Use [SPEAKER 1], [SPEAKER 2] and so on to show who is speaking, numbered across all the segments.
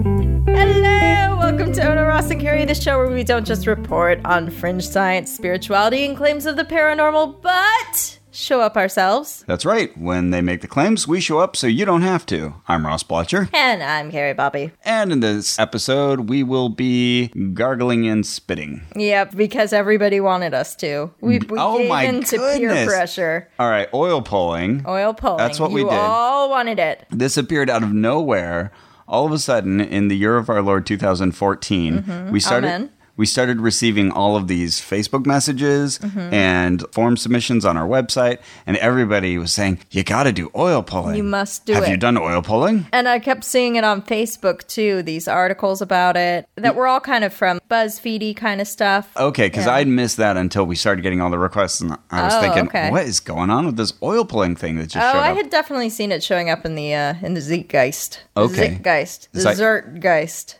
[SPEAKER 1] Hello, welcome to Ona Ross and Carrie, the show where we don't just report on fringe science, spirituality, and claims of the paranormal, but show up ourselves.
[SPEAKER 2] That's right. When they make the claims, we show up so you don't have to. I'm Ross Blotcher.
[SPEAKER 1] And I'm Carrie Bobby.
[SPEAKER 2] And in this episode, we will be gargling and spitting.
[SPEAKER 1] Yep, because everybody wanted us to. We, we
[SPEAKER 2] Oh
[SPEAKER 1] gave
[SPEAKER 2] my
[SPEAKER 1] in to peer
[SPEAKER 2] goodness.
[SPEAKER 1] pressure.
[SPEAKER 2] All right, oil pulling.
[SPEAKER 1] Oil pulling.
[SPEAKER 2] That's what
[SPEAKER 1] you
[SPEAKER 2] we did.
[SPEAKER 1] all wanted it.
[SPEAKER 2] This appeared out of nowhere. All of a sudden, in the year of our Lord 2014, we started.
[SPEAKER 1] Mm-hmm. Amen.
[SPEAKER 2] We started receiving all of these Facebook messages
[SPEAKER 1] Mm-hmm.
[SPEAKER 2] and form submissions on our website, and everybody was saying, "You got to do oil pulling.
[SPEAKER 1] You must do
[SPEAKER 2] Have
[SPEAKER 1] it.
[SPEAKER 2] you done oil pulling?
[SPEAKER 1] And I kept seeing it on Facebook too, these articles about it
[SPEAKER 2] Mm.
[SPEAKER 1] that were all kind of from BuzzFeedy kind of stuff.
[SPEAKER 2] Okay, because
[SPEAKER 1] Yeah.
[SPEAKER 2] I'd missed that until we started getting all the requests, and I was
[SPEAKER 1] Oh,
[SPEAKER 2] thinking,
[SPEAKER 1] okay.
[SPEAKER 2] what is going on with this oil pulling thing that just
[SPEAKER 1] Oh,
[SPEAKER 2] showed
[SPEAKER 1] I
[SPEAKER 2] up?
[SPEAKER 1] had definitely seen it showing up in the uh, in the Zeitgeist. The
[SPEAKER 2] Okay.
[SPEAKER 1] Zeitgeist. The
[SPEAKER 2] Zeit-
[SPEAKER 1] Zertgeist.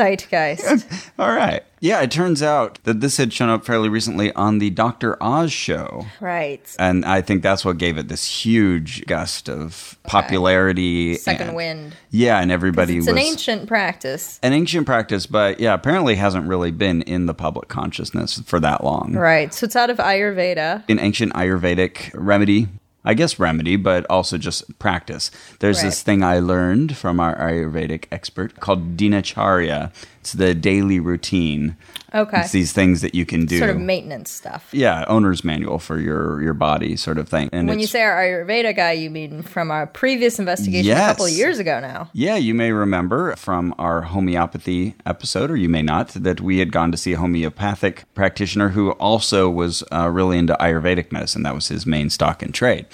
[SPEAKER 1] Zeitgeist.
[SPEAKER 2] all right, yeah. It turns out that this had shown up fairly recently on the Doctor Oz show,
[SPEAKER 1] right.
[SPEAKER 2] and I think that's what gave it this huge gust of popularity.
[SPEAKER 1] Second
[SPEAKER 2] and-
[SPEAKER 1] wind.
[SPEAKER 2] yeah, and everybody
[SPEAKER 1] It's
[SPEAKER 2] was
[SPEAKER 1] an ancient practice.
[SPEAKER 2] an ancient practice, but yeah, apparently hasn't really been in the public consciousness for that long.
[SPEAKER 1] Right. So it's out of Ayurveda.
[SPEAKER 2] an ancient Ayurvedic remedy. I guess remedy, but also just practice. There's this
[SPEAKER 1] Right.
[SPEAKER 2] thing I learned from our Ayurvedic expert called Dinacharya. It's the daily routine.
[SPEAKER 1] Okay.
[SPEAKER 2] It's these things that you can do.
[SPEAKER 1] Sort of maintenance stuff.
[SPEAKER 2] yeah, owner's manual for your your body, sort of thing. And
[SPEAKER 1] When you
[SPEAKER 2] it's-
[SPEAKER 1] say our Ayurveda guy, you mean from our previous investigation a
[SPEAKER 2] Yes.
[SPEAKER 1] couple of years ago now.
[SPEAKER 2] Yeah, you may remember from our homeopathy episode, or you may not, that we had gone to see a homeopathic practitioner who also was uh, really into Ayurvedic medicine. That was his main stock in trade.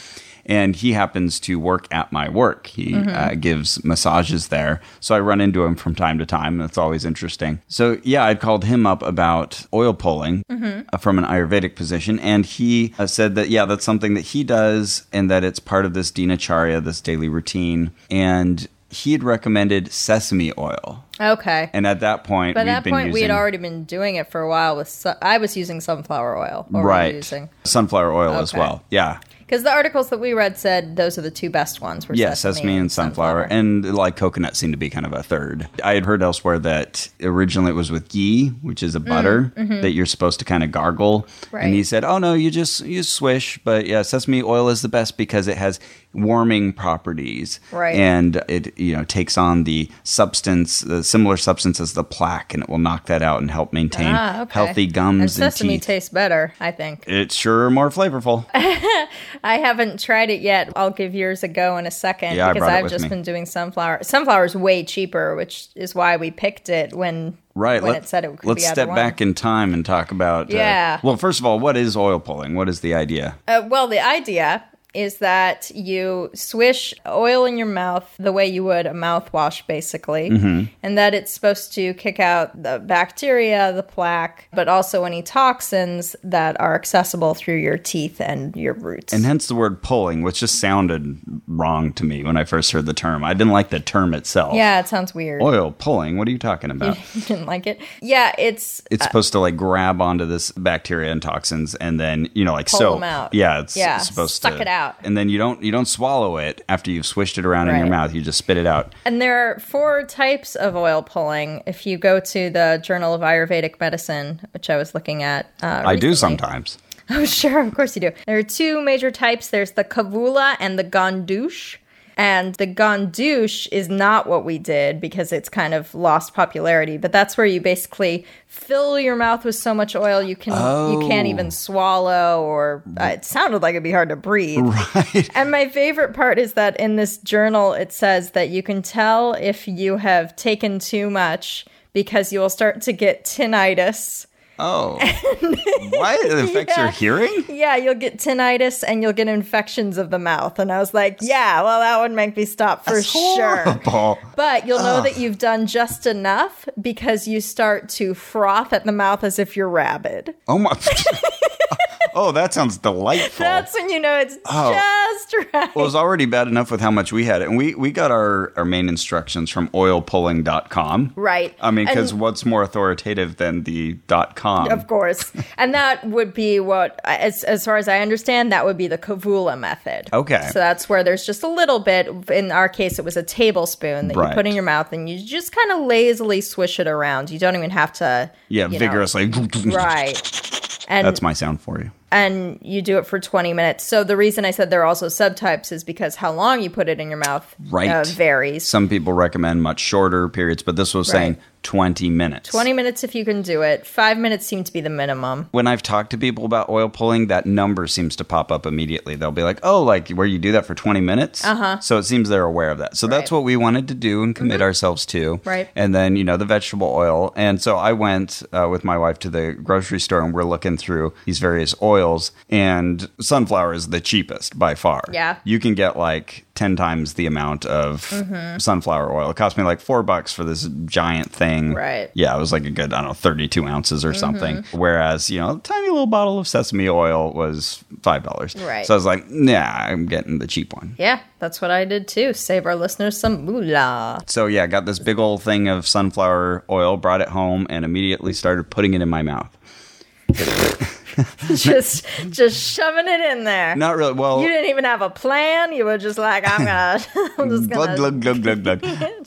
[SPEAKER 2] And he happens to work at my work. He uh, gives massages there. So I run into him from time to time. That's always interesting. So, yeah, I'd called him up about oil pulling uh, from an Ayurvedic position. And he uh, said that, yeah, that's something that he does and that it's part of this dinacharya, this daily routine. And he had recommended sesame oil.
[SPEAKER 1] Okay.
[SPEAKER 2] And at that point,
[SPEAKER 1] By
[SPEAKER 2] we'd
[SPEAKER 1] that
[SPEAKER 2] been
[SPEAKER 1] point, we had
[SPEAKER 2] using-
[SPEAKER 1] already been doing it for a while. With su- I was using sunflower oil. Or we were
[SPEAKER 2] right
[SPEAKER 1] Using
[SPEAKER 2] sunflower oil as
[SPEAKER 1] Okay.
[SPEAKER 2] well. Yeah,
[SPEAKER 1] because the articles that we read said those are the two best ones. Were
[SPEAKER 2] yes, sesame, and sunflower, and like coconut seemed to be kind of a third. I had heard elsewhere that originally it was with ghee, which is a butter that you're supposed to kind of gargle.
[SPEAKER 1] Mm, mm-hmm. Right.
[SPEAKER 2] And he said, "Oh no, you just you swish." But yeah, sesame oil is the best because it has warming properties,
[SPEAKER 1] Right.
[SPEAKER 2] And it you know takes on the substance, the similar substance as the plaque, and it will knock that out and help maintain
[SPEAKER 1] Ah, okay.
[SPEAKER 2] healthy gums and,
[SPEAKER 1] and sesame
[SPEAKER 2] teeth.
[SPEAKER 1] tastes better, I think.
[SPEAKER 2] it's sure more flavorful.
[SPEAKER 1] I haven't tried it yet. I'll give yours a go in a second
[SPEAKER 2] Yeah, I
[SPEAKER 1] because
[SPEAKER 2] brought it
[SPEAKER 1] I've
[SPEAKER 2] with
[SPEAKER 1] just
[SPEAKER 2] me.
[SPEAKER 1] been doing sunflower. Sunflower is way cheaper, which is why we picked it when
[SPEAKER 2] Right.
[SPEAKER 1] when
[SPEAKER 2] let-
[SPEAKER 1] it said it could
[SPEAKER 2] let's
[SPEAKER 1] be either
[SPEAKER 2] step
[SPEAKER 1] one.
[SPEAKER 2] back in time and talk about. uh,
[SPEAKER 1] Yeah.
[SPEAKER 2] well, first of all, what is oil pulling? What is the idea?
[SPEAKER 1] Uh, well, the idea is that you swish oil in your mouth the way you would a mouthwash, basically,
[SPEAKER 2] Mm-hmm.
[SPEAKER 1] and that it's supposed to kick out the bacteria, the plaque, but also any toxins that are accessible through your teeth and your roots.
[SPEAKER 2] and hence the word pulling, which just sounded wrong to me when I first heard the term. I didn't like the term itself.
[SPEAKER 1] yeah, it sounds weird.
[SPEAKER 2] Oil pulling. What are you talking about?
[SPEAKER 1] You didn't like it. Yeah, it's
[SPEAKER 2] It's supposed to like grab onto this bacteria and toxins, and then you know, like
[SPEAKER 1] Pull
[SPEAKER 2] soap.
[SPEAKER 1] them out.
[SPEAKER 2] Yeah, it's
[SPEAKER 1] Yeah,
[SPEAKER 2] supposed
[SPEAKER 1] suck
[SPEAKER 2] to
[SPEAKER 1] it out.
[SPEAKER 2] and then you don't you don't swallow it after you've swished it around in your
[SPEAKER 1] Right.
[SPEAKER 2] mouth. You just spit it out.
[SPEAKER 1] And there are four types of oil pulling. If you go to the Journal of Ayurvedic Medicine, which I was looking at, uh,
[SPEAKER 2] I do
[SPEAKER 1] recently-
[SPEAKER 2] sometimes.
[SPEAKER 1] Oh, sure, of course you do. There are two major types. There's the kavula and the gondouche. And the gondouche is not what we did because it's kind of lost popularity. But that's where you basically fill your mouth with so much oil you can you can't
[SPEAKER 2] Oh.
[SPEAKER 1] even swallow, or uh, it sounded like it'd be hard to breathe.
[SPEAKER 2] Right.
[SPEAKER 1] And my favorite part is that in this journal, it says that you can tell if you have taken too much because you will start to get tinnitus.
[SPEAKER 2] Oh, why it affects
[SPEAKER 1] Yeah.
[SPEAKER 2] your hearing?
[SPEAKER 1] Yeah, you'll get tinnitus and you'll get infections of the mouth. And I was like, yeah, well, that would make me stop for sure.
[SPEAKER 2] Horrible.
[SPEAKER 1] But you'll know that you've done just enough because you start to froth at the mouth as if you're rabid.
[SPEAKER 2] Oh my! Oh, that sounds delightful.
[SPEAKER 1] That's when you know it's
[SPEAKER 2] Oh.
[SPEAKER 1] just right.
[SPEAKER 2] Well, it was already bad enough with how much we had. And we, we got our, our main instructions from oilpulling.com.
[SPEAKER 1] right.
[SPEAKER 2] I mean, because
[SPEAKER 1] And-
[SPEAKER 2] what's more authoritative than the dot com?
[SPEAKER 1] Of course. and that would be what, as, as far as I understand, that would be the Kavula method.
[SPEAKER 2] Okay.
[SPEAKER 1] So that's where there's just a little bit. In our case, it was a tablespoon that
[SPEAKER 2] Right.
[SPEAKER 1] you put in your mouth and you just kind of lazily swish it around. You don't even have to.
[SPEAKER 2] yeah,
[SPEAKER 1] you know,
[SPEAKER 2] vigorously.
[SPEAKER 1] right. And,
[SPEAKER 2] That's my sound for you.
[SPEAKER 1] and you do it for 20 minutes. So the reason I said there are also subtypes is because how long you put it in your mouth
[SPEAKER 2] Right.
[SPEAKER 1] uh, varies.
[SPEAKER 2] Some people recommend much shorter periods, but this was saying 20 minutes.
[SPEAKER 1] 20 minutes if you can do it. Five minutes seem to be the minimum.
[SPEAKER 2] When I've talked to people about oil pulling, that number seems to pop up immediately. They'll be like, oh, like where you do that for 20 minutes? Uh huh. So it seems they're aware of that. So
[SPEAKER 1] Uh-huh.
[SPEAKER 2] that's
[SPEAKER 1] Right. Mm-hmm.
[SPEAKER 2] what we wanted to do and commit ourselves to.
[SPEAKER 1] Right.
[SPEAKER 2] And then, you know, the vegetable oil. And so I went uh, with my wife to the grocery store and we're looking through these various oils, and sunflower is the cheapest by far.
[SPEAKER 1] Yeah.
[SPEAKER 2] You can get like 10 times the amount of
[SPEAKER 1] Mm-hmm.
[SPEAKER 2] sunflower oil. It cost me like four bucks for this giant thing.
[SPEAKER 1] Right.
[SPEAKER 2] Yeah, it was like a good, I don't know, 32 ounces or something.
[SPEAKER 1] Mm-hmm.
[SPEAKER 2] Whereas, you know, a tiny little bottle of sesame oil was $5.
[SPEAKER 1] Right.
[SPEAKER 2] So I was like, nah, I'm getting the cheap one.
[SPEAKER 1] Yeah, that's what I did too. Save our listeners some moolah.
[SPEAKER 2] So yeah, I got this big old thing of sunflower oil, brought it home, and immediately started putting it in my mouth.
[SPEAKER 1] just just shoving it in there.
[SPEAKER 2] Not really. Well,
[SPEAKER 1] You didn't even have a plan. You were just like, I'm gonna, I'm just gonna
[SPEAKER 2] glug, glug, glug, glug, glug.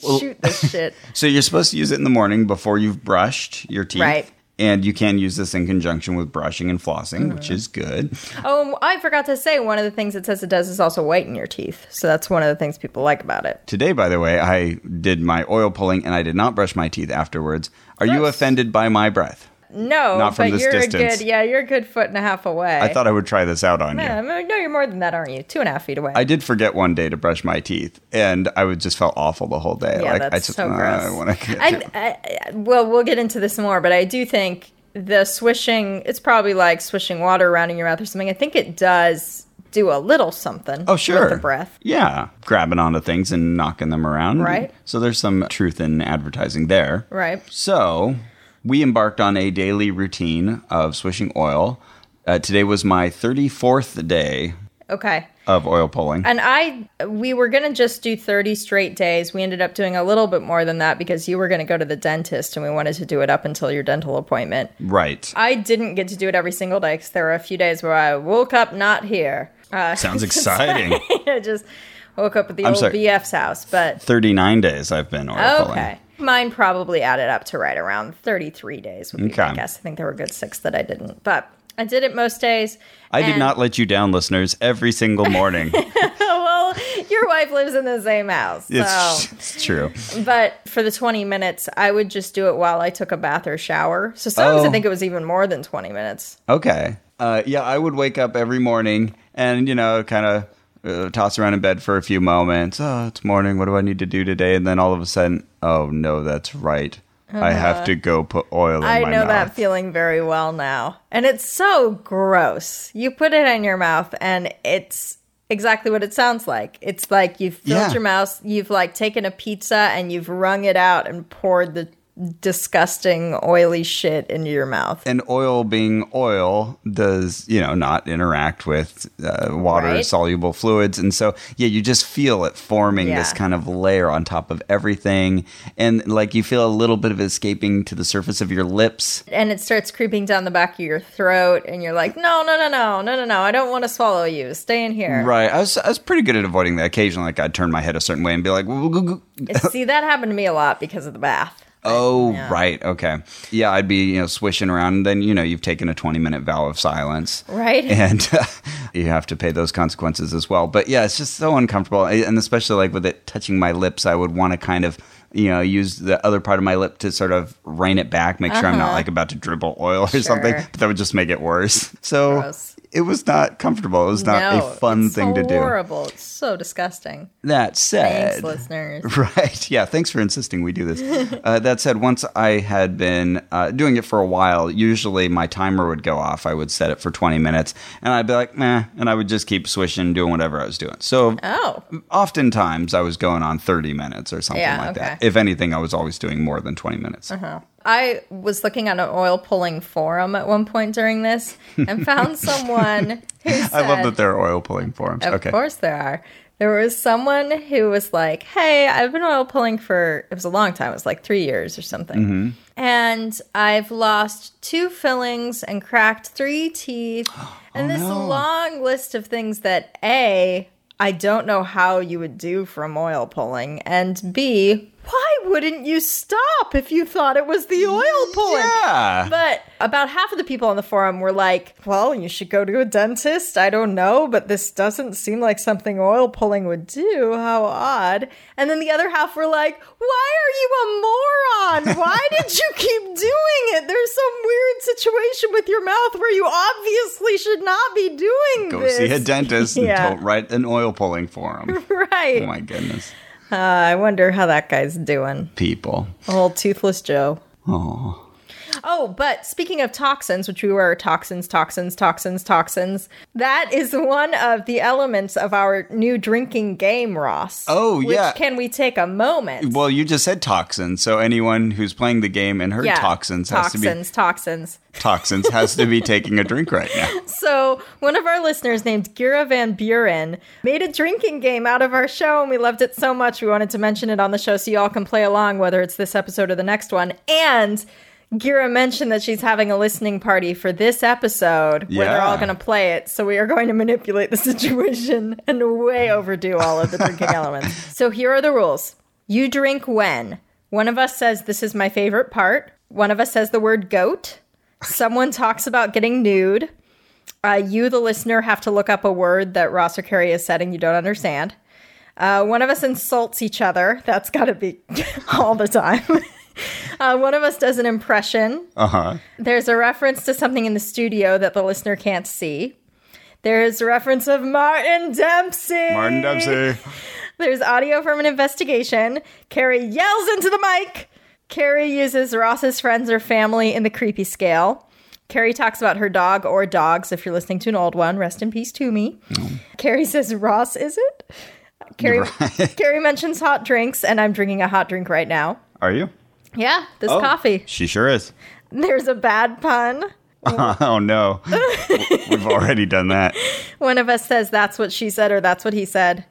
[SPEAKER 1] shoot this shit.
[SPEAKER 2] So you're supposed to use it in the morning before you've brushed your teeth.
[SPEAKER 1] Right.
[SPEAKER 2] And you can use this in conjunction with brushing and flossing,
[SPEAKER 1] Mm-hmm.
[SPEAKER 2] which is good.
[SPEAKER 1] Oh, I forgot to say one of the things it says it does is also whiten your teeth. So that's one of the things people like about it.
[SPEAKER 2] Today, by the way, I did my oil pulling and I did not brush my teeth afterwards. Are you
[SPEAKER 1] Gross.
[SPEAKER 2] offended by my breath?
[SPEAKER 1] No,
[SPEAKER 2] Not from
[SPEAKER 1] but
[SPEAKER 2] this
[SPEAKER 1] you're
[SPEAKER 2] distance.
[SPEAKER 1] a good, yeah, you're a good foot and a half away.
[SPEAKER 2] I thought I would try this out on you.
[SPEAKER 1] Yeah, I mean, no, you're more than that, aren't you? Two and a half feet away.
[SPEAKER 2] I did forget one day to brush my teeth, and I would just felt awful the whole day.
[SPEAKER 1] Yeah,
[SPEAKER 2] like
[SPEAKER 1] that's
[SPEAKER 2] I just
[SPEAKER 1] so
[SPEAKER 2] "Ah,
[SPEAKER 1] gross.
[SPEAKER 2] I want to.
[SPEAKER 1] I, I, I- well, we'll get into this more, but I do think the swishing, it's probably like swishing water around in your mouth or something. I think it does do a little something.
[SPEAKER 2] Oh, sure.
[SPEAKER 1] With the breath.
[SPEAKER 2] Yeah. Grabbing onto things and knocking them around.
[SPEAKER 1] Right.
[SPEAKER 2] So there's some truth in advertising there.
[SPEAKER 1] Right.
[SPEAKER 2] So we embarked on a daily routine of swishing oil. Uh, today was my 34th day
[SPEAKER 1] Okay.
[SPEAKER 2] of oil pulling.
[SPEAKER 1] And I, we were going to just do 30 straight days. We ended up doing a little bit more than that because you were going to go to the dentist and we wanted to do it up until your dental appointment.
[SPEAKER 2] right.
[SPEAKER 1] I didn't get to do it every single day because there were a few days where I woke up not here. Uh,
[SPEAKER 2] Sounds exciting.
[SPEAKER 1] I just woke up at the
[SPEAKER 2] I'm
[SPEAKER 1] old
[SPEAKER 2] sorry.
[SPEAKER 1] BF's house, but
[SPEAKER 2] 39 days I've been oil pulling.
[SPEAKER 1] Oh, Okay. Mine probably added up to right around 33 days would be my
[SPEAKER 2] Okay.
[SPEAKER 1] guess. I think there were a good six that I didn't. But I did it most days.
[SPEAKER 2] I did
[SPEAKER 1] and- Oh,
[SPEAKER 2] not let you down, listeners, every single morning.
[SPEAKER 1] well, your wife lives in the same house.
[SPEAKER 2] it's,
[SPEAKER 1] So.
[SPEAKER 2] it's true.
[SPEAKER 1] But for the 20 minutes, I would just do it while I took a bath or shower. So sometimes
[SPEAKER 2] Oh.
[SPEAKER 1] I think it was even more than 20 minutes.
[SPEAKER 2] Okay. Uh, yeah, I would wake up every morning and, you know, kind of uh, toss around in bed for a few moments. Oh, it's morning. What do I need to do today? And then all of a sudden, oh, no, that's right. I have to go put oil in
[SPEAKER 1] Uh-huh. I
[SPEAKER 2] my
[SPEAKER 1] know
[SPEAKER 2] mouth.
[SPEAKER 1] that feeling very well now. And it's so gross. You put it in your mouth and it's exactly what it sounds like. It's like you've filled
[SPEAKER 2] Yeah.
[SPEAKER 1] your mouth, you've like taken a pizza and you've wrung it out and poured the disgusting oily shit into your mouth.
[SPEAKER 2] and oil being oil does, you know, not interact with uh, water
[SPEAKER 1] Right.
[SPEAKER 2] soluble fluids. And so, yeah, you just feel it forming this
[SPEAKER 1] Yeah.
[SPEAKER 2] kind of layer on top of everything. And like you feel a little bit of escaping to the surface of your lips.
[SPEAKER 1] And it starts creeping down the back of your throat and you're like, "No, no, no, no. No, no, no. I don't want to swallow you. Stay in here."
[SPEAKER 2] Right. I was, I was pretty good at avoiding that. Occasionally, like I'd turn my head a certain way and be like, "Woo, woo, woo, woo."
[SPEAKER 1] See, that happened to me a lot because of the bath.
[SPEAKER 2] oh, right. Okay. Yeah. I'd be, you know, swishing around. And then, you know, you've taken a 20 minute vow of silence.
[SPEAKER 1] Right?
[SPEAKER 2] And uh, you have to pay those consequences as well. But yeah, it's just so uncomfortable. I- And especially like with it touching my lips, I would want to kind of, you know, use the other part of my lip to sort of rein it back, make sure I'm not like about to dribble oil or something.
[SPEAKER 1] Uh-huh. Sure.
[SPEAKER 2] But that would just make it worse. So
[SPEAKER 1] Gross.
[SPEAKER 2] it was not comfortable. It was not
[SPEAKER 1] no,
[SPEAKER 2] a fun
[SPEAKER 1] it's
[SPEAKER 2] thing to do.
[SPEAKER 1] Horrible. It's so disgusting.
[SPEAKER 2] That said,
[SPEAKER 1] Thanks, listeners.
[SPEAKER 2] Right. Yeah. Thanks for insisting we do this. Uh, that said, once I had been uh, doing it for a while, usually my timer would go off. I would set it for 20 minutes and I'd be like, meh. And I would just keep swishing, doing whatever I was doing. So
[SPEAKER 1] Oh,
[SPEAKER 2] oftentimes I was going on 30 minutes or something
[SPEAKER 1] Yeah,
[SPEAKER 2] like that.
[SPEAKER 1] okay. Uh-huh.
[SPEAKER 2] If anything, I was always doing more than 20 minutes.
[SPEAKER 1] I was looking on an oil pulling forum at one point during this and found someone who said,
[SPEAKER 2] I love that there are oil pulling forums.
[SPEAKER 1] Of
[SPEAKER 2] okay.
[SPEAKER 1] course there are. There was someone who was like, Hey, I've been oil pulling for, it was a long time, it was like three years or something.
[SPEAKER 2] Mm-hmm.
[SPEAKER 1] And I've lost two fillings and cracked three teeth. and this
[SPEAKER 2] Oh, no.
[SPEAKER 1] long list of things that A, I don't know how you would do from oil pulling, and B, why wouldn't you stop if you thought it was the oil pulling?
[SPEAKER 2] Yeah.
[SPEAKER 1] But about half of the people on the forum were like, well, you should go to a dentist. I don't know, but this doesn't seem like something oil pulling would do. How odd. And then the other half were like, why are you a moron? Why did you keep doing it? There's some weird situation with your mouth where you obviously should not be doing
[SPEAKER 2] Go
[SPEAKER 1] this.
[SPEAKER 2] see a dentist and
[SPEAKER 1] Yeah.
[SPEAKER 2] don't write an oil pulling forum.
[SPEAKER 1] Right.
[SPEAKER 2] oh my goodness.
[SPEAKER 1] Uh, I wonder how that guy's doing.
[SPEAKER 2] People.
[SPEAKER 1] Old Toothless Joe.
[SPEAKER 2] Oh.
[SPEAKER 1] Oh, but speaking of toxins, which we were toxins, toxins, toxins, toxins, that is one of the elements of our new drinking game, Ross.
[SPEAKER 2] Oh,
[SPEAKER 1] Which
[SPEAKER 2] yeah.
[SPEAKER 1] Can we take a moment?
[SPEAKER 2] Well, you just said toxins, so anyone who's playing the game and heard
[SPEAKER 1] Yeah.
[SPEAKER 2] toxins has
[SPEAKER 1] toxins,
[SPEAKER 2] to
[SPEAKER 1] toxins.
[SPEAKER 2] be toxins has to be taking a drink right now.
[SPEAKER 1] So, one of our listeners named Gira Van Buren made a drinking game out of our show, and we loved it so much we wanted to mention it on the show so y'all can play along, whether it's this episode or the next one. And Gira mentioned that she's having a listening party for this episode where they're
[SPEAKER 2] Yeah.
[SPEAKER 1] all going to play it. So, we are going to manipulate the situation and way overdo all of the drinking elements. So, here are the rules you drink when one of us says, This is my favorite part, one of us says the word goat. Someone talks about getting nude. Uh, you, the listener, have to look up a word that Ross or Carrie is setting you don't understand. Uh, one of us insults each other. That's got to be all the time. uh, one of us does an impression.
[SPEAKER 2] Uh huh.
[SPEAKER 1] There's a reference to something in the studio that the listener can't see. There's a reference of Martin Dempsey.
[SPEAKER 2] Martin Dempsey.
[SPEAKER 1] There's audio from an investigation. Carrie yells into the mic. Carrie uses Ross's friends or family in the creepy scale. Carrie talks about her dog or dogs if you're listening to an old one. Rest in peace to me. Carrie says, Ross, is it? Carrie, Carrie mentions hot drinks, and I'm drinking a hot drink right now.
[SPEAKER 2] Are you?
[SPEAKER 1] Yeah, this coffee.
[SPEAKER 2] She sure is.
[SPEAKER 1] There's a bad pun.
[SPEAKER 2] Oh no. We've already done that.
[SPEAKER 1] One of us says that's what she said or that's what he said.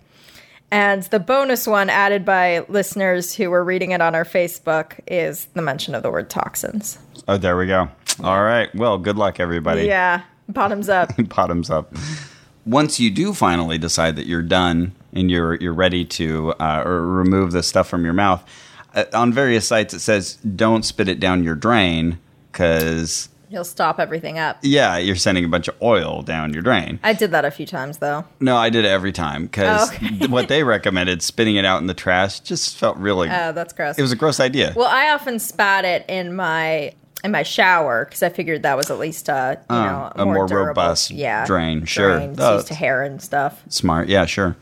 [SPEAKER 1] And the bonus one added by listeners who were reading it on our Facebook is the mention of the word toxins.
[SPEAKER 2] Oh, there we go. All right. Well, good luck, everybody.
[SPEAKER 1] Yeah, bottoms up.
[SPEAKER 2] bottoms up. Once you do finally decide that you're done and you're you're ready to uh, or remove the stuff from your mouth, uh, on various sites it says don't spit it down your drain because
[SPEAKER 1] You'll stop everything up.
[SPEAKER 2] yeah, you're sending a bunch of oil down your drain.
[SPEAKER 1] I did that a few times though.
[SPEAKER 2] No, I did it every time because
[SPEAKER 1] Oh, Okay.
[SPEAKER 2] what they recommended, spitting it out in the trash, just felt really.
[SPEAKER 1] Oh, that's gross.
[SPEAKER 2] it was a gross idea.
[SPEAKER 1] well, I often spat it in my in my shower because I figured that was at least a you know
[SPEAKER 2] Uh, a more
[SPEAKER 1] durable-
[SPEAKER 2] robust
[SPEAKER 1] yeah
[SPEAKER 2] drain, sure.
[SPEAKER 1] Drain. It's
[SPEAKER 2] Oh,
[SPEAKER 1] used to hair and stuff.
[SPEAKER 2] Smart, yeah, sure.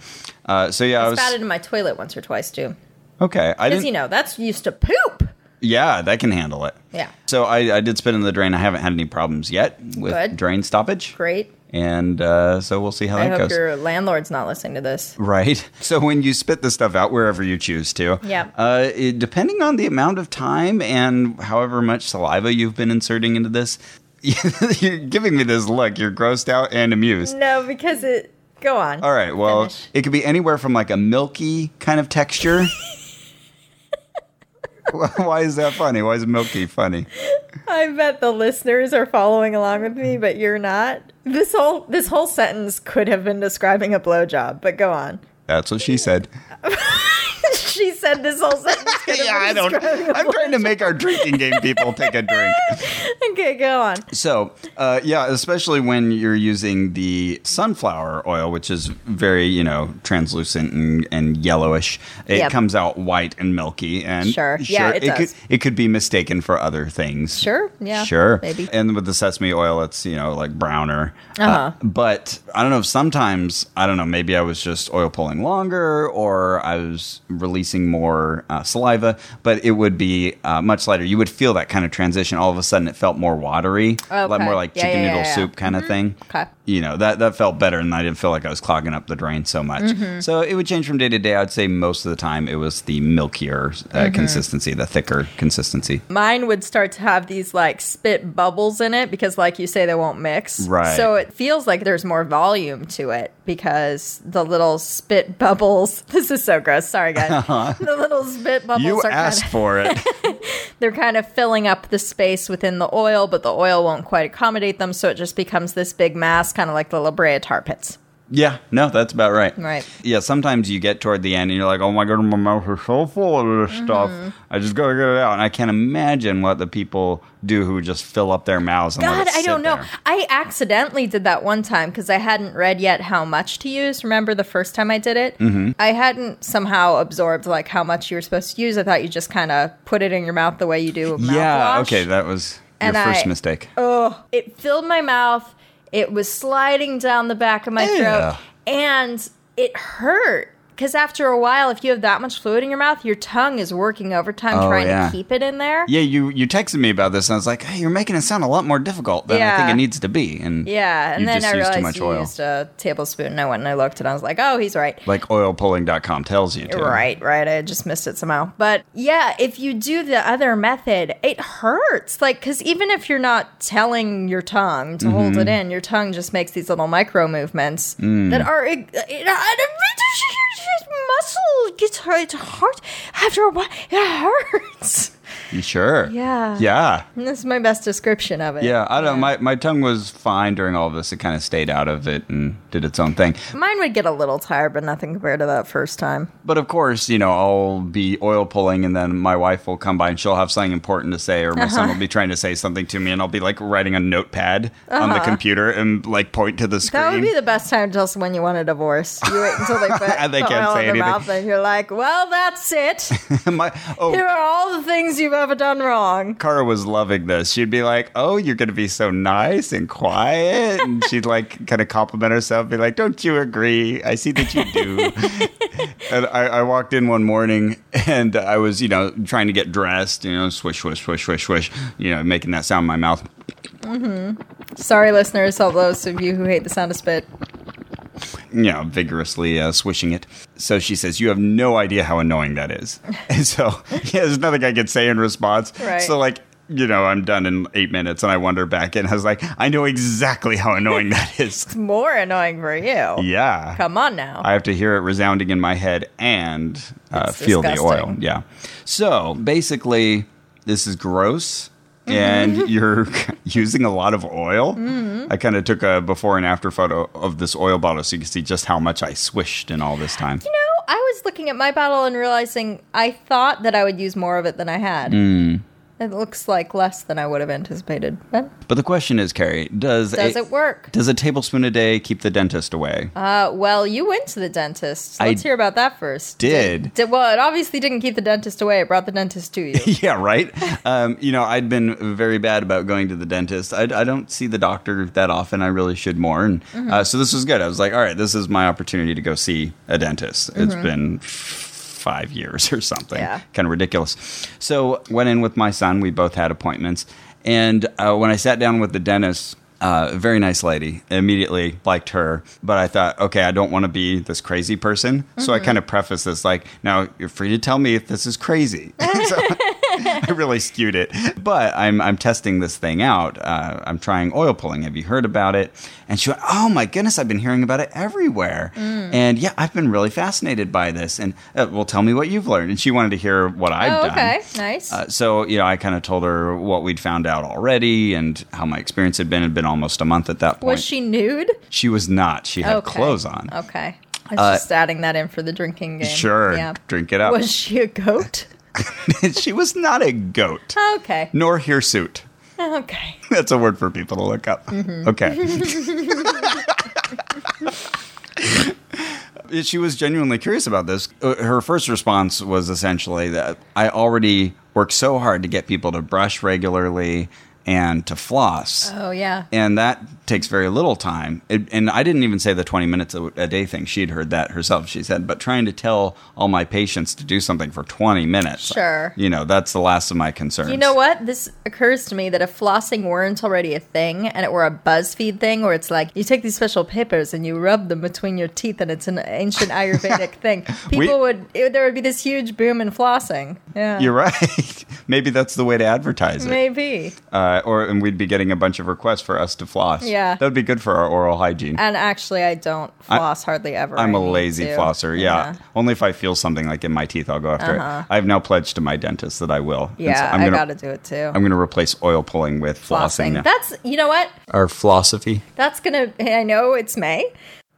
[SPEAKER 2] Uh, so yeah, I, was
[SPEAKER 1] Spat it in my toilet once or twice too,
[SPEAKER 2] okay. I
[SPEAKER 1] because
[SPEAKER 2] didn't.
[SPEAKER 1] you know that's used to poop.
[SPEAKER 2] Yeah, that can handle it.
[SPEAKER 1] Yeah.
[SPEAKER 2] So I, I did spit in the drain. I haven't had any problems yet with
[SPEAKER 1] Good.
[SPEAKER 2] drain stoppage.
[SPEAKER 1] Great.
[SPEAKER 2] And uh, so we'll see how
[SPEAKER 1] I
[SPEAKER 2] that
[SPEAKER 1] hope
[SPEAKER 2] goes.
[SPEAKER 1] your landlord's not listening to this.
[SPEAKER 2] Right. So when you spit the stuff out wherever you choose to,
[SPEAKER 1] Yep.
[SPEAKER 2] uh, it, depending on the amount of time and however much saliva you've been inserting into this, you're giving me this look. You're grossed out and amused.
[SPEAKER 1] No, because it. Go on.
[SPEAKER 2] All right. Well,
[SPEAKER 1] Finish.
[SPEAKER 2] it could be anywhere from like a milky kind of texture. Why is that funny? Why is milky funny?
[SPEAKER 1] I bet the listeners are following along with me, but you're not. This whole this whole sentence could have been describing a blowjob, but go on.
[SPEAKER 2] That's what she said.
[SPEAKER 1] she said this whole sentence. Could have
[SPEAKER 2] yeah, I
[SPEAKER 1] been
[SPEAKER 2] don't.
[SPEAKER 1] describing a
[SPEAKER 2] I'm trying to make our drinking game people take a drink.
[SPEAKER 1] blow- okay, go on.
[SPEAKER 2] So, uh, yeah, especially when you're using the sunflower oil, which is very, you know, translucent and, and yellowish. It
[SPEAKER 1] Yep.
[SPEAKER 2] comes out white and milky, and
[SPEAKER 1] Sure. Yeah, it does.
[SPEAKER 2] could it could be mistaken for other things.
[SPEAKER 1] Sure, yeah,
[SPEAKER 2] sure,
[SPEAKER 1] maybe.
[SPEAKER 2] And with the sesame oil, it's you know like browner. Uh,
[SPEAKER 1] Uh-huh.
[SPEAKER 2] but I don't know. Sometimes I don't know. Maybe I was just oil pulling longer, or I was releasing more uh, saliva. But it would be uh, much lighter. You would feel that kind of transition. All of a sudden, it felt more watery, like
[SPEAKER 1] Okay.
[SPEAKER 2] more like
[SPEAKER 1] Yeah,
[SPEAKER 2] chicken
[SPEAKER 1] yeah,
[SPEAKER 2] noodle
[SPEAKER 1] yeah, yeah.
[SPEAKER 2] soup kind of thing.
[SPEAKER 1] Okay.
[SPEAKER 2] you know that that felt better and i didn't feel like i was clogging up the drain so much
[SPEAKER 1] Mm-hmm.
[SPEAKER 2] so it would change from day to day i'd say most of the time it was the milkier uh,
[SPEAKER 1] Mm-hmm.
[SPEAKER 2] consistency the thicker consistency
[SPEAKER 1] Mine would start to have these like spit bubbles in it because, like you say, they won't mix.
[SPEAKER 2] Right.
[SPEAKER 1] So it feels like there's more volume to it because the little spit bubbles. This is so gross. Sorry, guys. the little spit bubbles
[SPEAKER 2] Uh-huh. you
[SPEAKER 1] are
[SPEAKER 2] asked
[SPEAKER 1] kind
[SPEAKER 2] for it
[SPEAKER 1] of they're kind of filling up the space within the oil, but the oil won't quite accommodate them, so it just becomes this big mass, kind of like the La Brea tar pits.
[SPEAKER 2] yeah no that's about right
[SPEAKER 1] Right.
[SPEAKER 2] yeah sometimes you get toward the end and you're like oh my god my mouth is so full of
[SPEAKER 1] Mm-hmm.
[SPEAKER 2] this stuff i just gotta get it out and i can't imagine what the people do who just fill up their mouths and let
[SPEAKER 1] God,
[SPEAKER 2] it
[SPEAKER 1] I
[SPEAKER 2] sit
[SPEAKER 1] don't know.
[SPEAKER 2] there.
[SPEAKER 1] I accidentally did that one time because I hadn't read yet how much to use. Remember the first time I did it? Mm-hmm. I hadn't somehow absorbed like how much you were supposed to use. I thought you just kind of put it in your mouth the way you do. Mouthwash.
[SPEAKER 2] yeah okay that was your
[SPEAKER 1] And
[SPEAKER 2] first
[SPEAKER 1] I-
[SPEAKER 2] mistake
[SPEAKER 1] Oh, it filled my mouth. It was sliding down the back of my
[SPEAKER 2] Yeah.
[SPEAKER 1] throat, and it hurt. Because after a while, if you have that much fluid in your mouth, your tongue is working overtime
[SPEAKER 2] Oh,
[SPEAKER 1] trying
[SPEAKER 2] yeah.
[SPEAKER 1] to keep it in there.
[SPEAKER 2] Yeah, you you texted me about this, and I was like, "Hey, you're making it sound a lot more difficult than I think
[SPEAKER 1] Yeah.
[SPEAKER 2] it needs to be." And
[SPEAKER 1] Yeah, and
[SPEAKER 2] you
[SPEAKER 1] then
[SPEAKER 2] just
[SPEAKER 1] I
[SPEAKER 2] used
[SPEAKER 1] realized
[SPEAKER 2] too much
[SPEAKER 1] you
[SPEAKER 2] oil,
[SPEAKER 1] used a tablespoon. And I went and I looked, and I was like, "Oh, he's right."
[SPEAKER 2] like oilpulling.com tells you to.
[SPEAKER 1] Right, right. I just missed it somehow. But yeah, if you do the other method, it hurts. Like, because even if you're not telling your tongue to hold
[SPEAKER 2] Mm-hmm.
[SPEAKER 1] it in, your tongue just makes these little micro movements
[SPEAKER 2] Mm.
[SPEAKER 1] that are. It, it, muscle gets hurt. It's hard. After a while, it hurts.
[SPEAKER 2] You sure?
[SPEAKER 1] Yeah.
[SPEAKER 2] Yeah.
[SPEAKER 1] And this is my best description of it.
[SPEAKER 2] Yeah, I don't. My my tongue was fine during all of this. It kind of stayed out of it and did its own thing.
[SPEAKER 1] Mine would get a little tired, but nothing compared to that first time.
[SPEAKER 2] But of course, you know, I'll be oil pulling, and then my wife will come by, and she'll have something important to say, or my son will be trying to say something to me, and I'll be like writing a notepad on the computer and like point to the screen.
[SPEAKER 1] Uh-huh. That would be the best time to tell someone you want a divorce. You wait until they put
[SPEAKER 2] And they
[SPEAKER 1] put
[SPEAKER 2] can't
[SPEAKER 1] oil
[SPEAKER 2] say
[SPEAKER 1] in their
[SPEAKER 2] anything.
[SPEAKER 1] mouth, and you're like, "Well, that's it.
[SPEAKER 2] my, oh,
[SPEAKER 1] Here are all the things you've ever done wrong."
[SPEAKER 2] Kara was loving this. She'd be like, "Oh, you're gonna be so nice and quiet," and she'd like kind of compliment herself, be like, "Don't you agree? I see that you do." and I, I walked in one morning, and I was, you know, trying to get dressed, you know, swish, swish, swish, swish, swish, you know, making that sound in my mouth.
[SPEAKER 1] Sorry, listeners, all those of you who hate the sound of spit.
[SPEAKER 2] you know, vigorously uh, swishing it. So she says, "You have no idea how annoying that is." And so, yeah, there's nothing I could say in response.
[SPEAKER 1] Right.
[SPEAKER 2] So, like, you know, I'm done in eight minutes, and I wander back in. I was like, "I know exactly how annoying that is."
[SPEAKER 1] It's more annoying for you.
[SPEAKER 2] yeah,
[SPEAKER 1] Come on now.
[SPEAKER 2] I have to hear it resounding in my head and uh,
[SPEAKER 1] It's
[SPEAKER 2] feel the
[SPEAKER 1] disgusting.
[SPEAKER 2] oil. Yeah. So basically, this is gross. And you're using a lot of oil.
[SPEAKER 1] Mm-hmm.
[SPEAKER 2] I kind of took a before and after photo of this oil bottle so you can see just how much I swished in all this time.
[SPEAKER 1] you know, I was looking at my bottle and realizing I thought that I would use more of it than I had.
[SPEAKER 2] Hmm.
[SPEAKER 1] It looks like less than I would have anticipated. But
[SPEAKER 2] But the question is, Carrie, does
[SPEAKER 1] does
[SPEAKER 2] a,
[SPEAKER 1] it work?
[SPEAKER 2] Does a tablespoon a day keep the dentist away?
[SPEAKER 1] Uh, well, you went to the dentist. Let's
[SPEAKER 2] I
[SPEAKER 1] hear about that first.
[SPEAKER 2] did.
[SPEAKER 1] Did- well, it obviously didn't keep the dentist away. It brought the dentist to you.
[SPEAKER 2] yeah, right. Um, you know, I'd been very bad about going to the dentist. I, I don't see the doctor that often. I really should more. And
[SPEAKER 1] Mm-hmm.
[SPEAKER 2] uh, so this was good. I was like, all right, this is my opportunity to go see a dentist. It's been f- five years or something.
[SPEAKER 1] Mm-hmm. Yeah.
[SPEAKER 2] Kind of ridiculous. So went in with my son. We both had appointments. And uh, when I sat down with the dentist. Uh, a very nice lady. Immediately liked her, but I thought, okay, I don't want to be this crazy person. So I
[SPEAKER 1] Mm-hmm.
[SPEAKER 2] kind of preface this like, now you're free to tell me if this is crazy. So- I really skewed it. But I'm I'm testing this thing out. Uh, I'm trying oil pulling. Have you heard about it? And she went, Oh my goodness, I've been hearing about it everywhere.
[SPEAKER 1] Mm.
[SPEAKER 2] And yeah, I've been really fascinated by this. And uh, well, tell me what you've learned. And she wanted to hear what I've
[SPEAKER 1] oh,
[SPEAKER 2] done.
[SPEAKER 1] okay. Nice.
[SPEAKER 2] Uh, so, you know, I kind of told her what we'd found out already and how my experience had been. It had been almost a month at that point.
[SPEAKER 1] was she nude?
[SPEAKER 2] She was not. She had
[SPEAKER 1] okay.
[SPEAKER 2] clothes on.
[SPEAKER 1] Okay. I was
[SPEAKER 2] Uh,
[SPEAKER 1] just adding that in for the drinking game.
[SPEAKER 2] Sure. Drink it up.
[SPEAKER 1] Was she a goat?
[SPEAKER 2] she was not a goat,
[SPEAKER 1] okay.
[SPEAKER 2] nor hirsute.
[SPEAKER 1] Okay.
[SPEAKER 2] That's a word for people to look up.
[SPEAKER 1] Mm-hmm.
[SPEAKER 2] Okay. she was genuinely curious about this. Uh, Her first response was essentially that I already work so hard to get people to brush regularly and to floss.
[SPEAKER 1] Oh, yeah.
[SPEAKER 2] And that takes very little time. It, and I didn't even say the 20 minutes a, a day thing. She'd heard that herself. She said, but trying to tell all my patients to do something for 20 minutes.
[SPEAKER 1] Sure.
[SPEAKER 2] You know, that's the last of my concerns.
[SPEAKER 1] You know what? This occurs to me that if flossing weren't already a thing and it were a BuzzFeed thing where it's like you take these special papers and you rub them between your teeth and it's an ancient Ayurvedic thing, people
[SPEAKER 2] We-
[SPEAKER 1] would, it, there would be this huge boom in flossing. Yeah.
[SPEAKER 2] You're right. Maybe that's the way to advertise it.
[SPEAKER 1] Maybe.
[SPEAKER 2] Uh, or and we'd be getting a bunch of requests for us to floss.
[SPEAKER 1] Yeah.
[SPEAKER 2] That'd be good for our oral hygiene.
[SPEAKER 1] And actually, I don't floss hardly ever.
[SPEAKER 2] I'm
[SPEAKER 1] I
[SPEAKER 2] a
[SPEAKER 1] need
[SPEAKER 2] lazy
[SPEAKER 1] to.
[SPEAKER 2] flosser. Yeah. Only if I feel something like in my teeth, I'll go after it. I've now pledged to my dentist that I will. And so
[SPEAKER 1] Uh-huh. Yeah,
[SPEAKER 2] I'm
[SPEAKER 1] I
[SPEAKER 2] gonna,
[SPEAKER 1] got to do it too.
[SPEAKER 2] I'm going to replace oil pulling with flossing. now.
[SPEAKER 1] That's, you know what?
[SPEAKER 2] Our philosophy.
[SPEAKER 1] That's going to, I know it's May,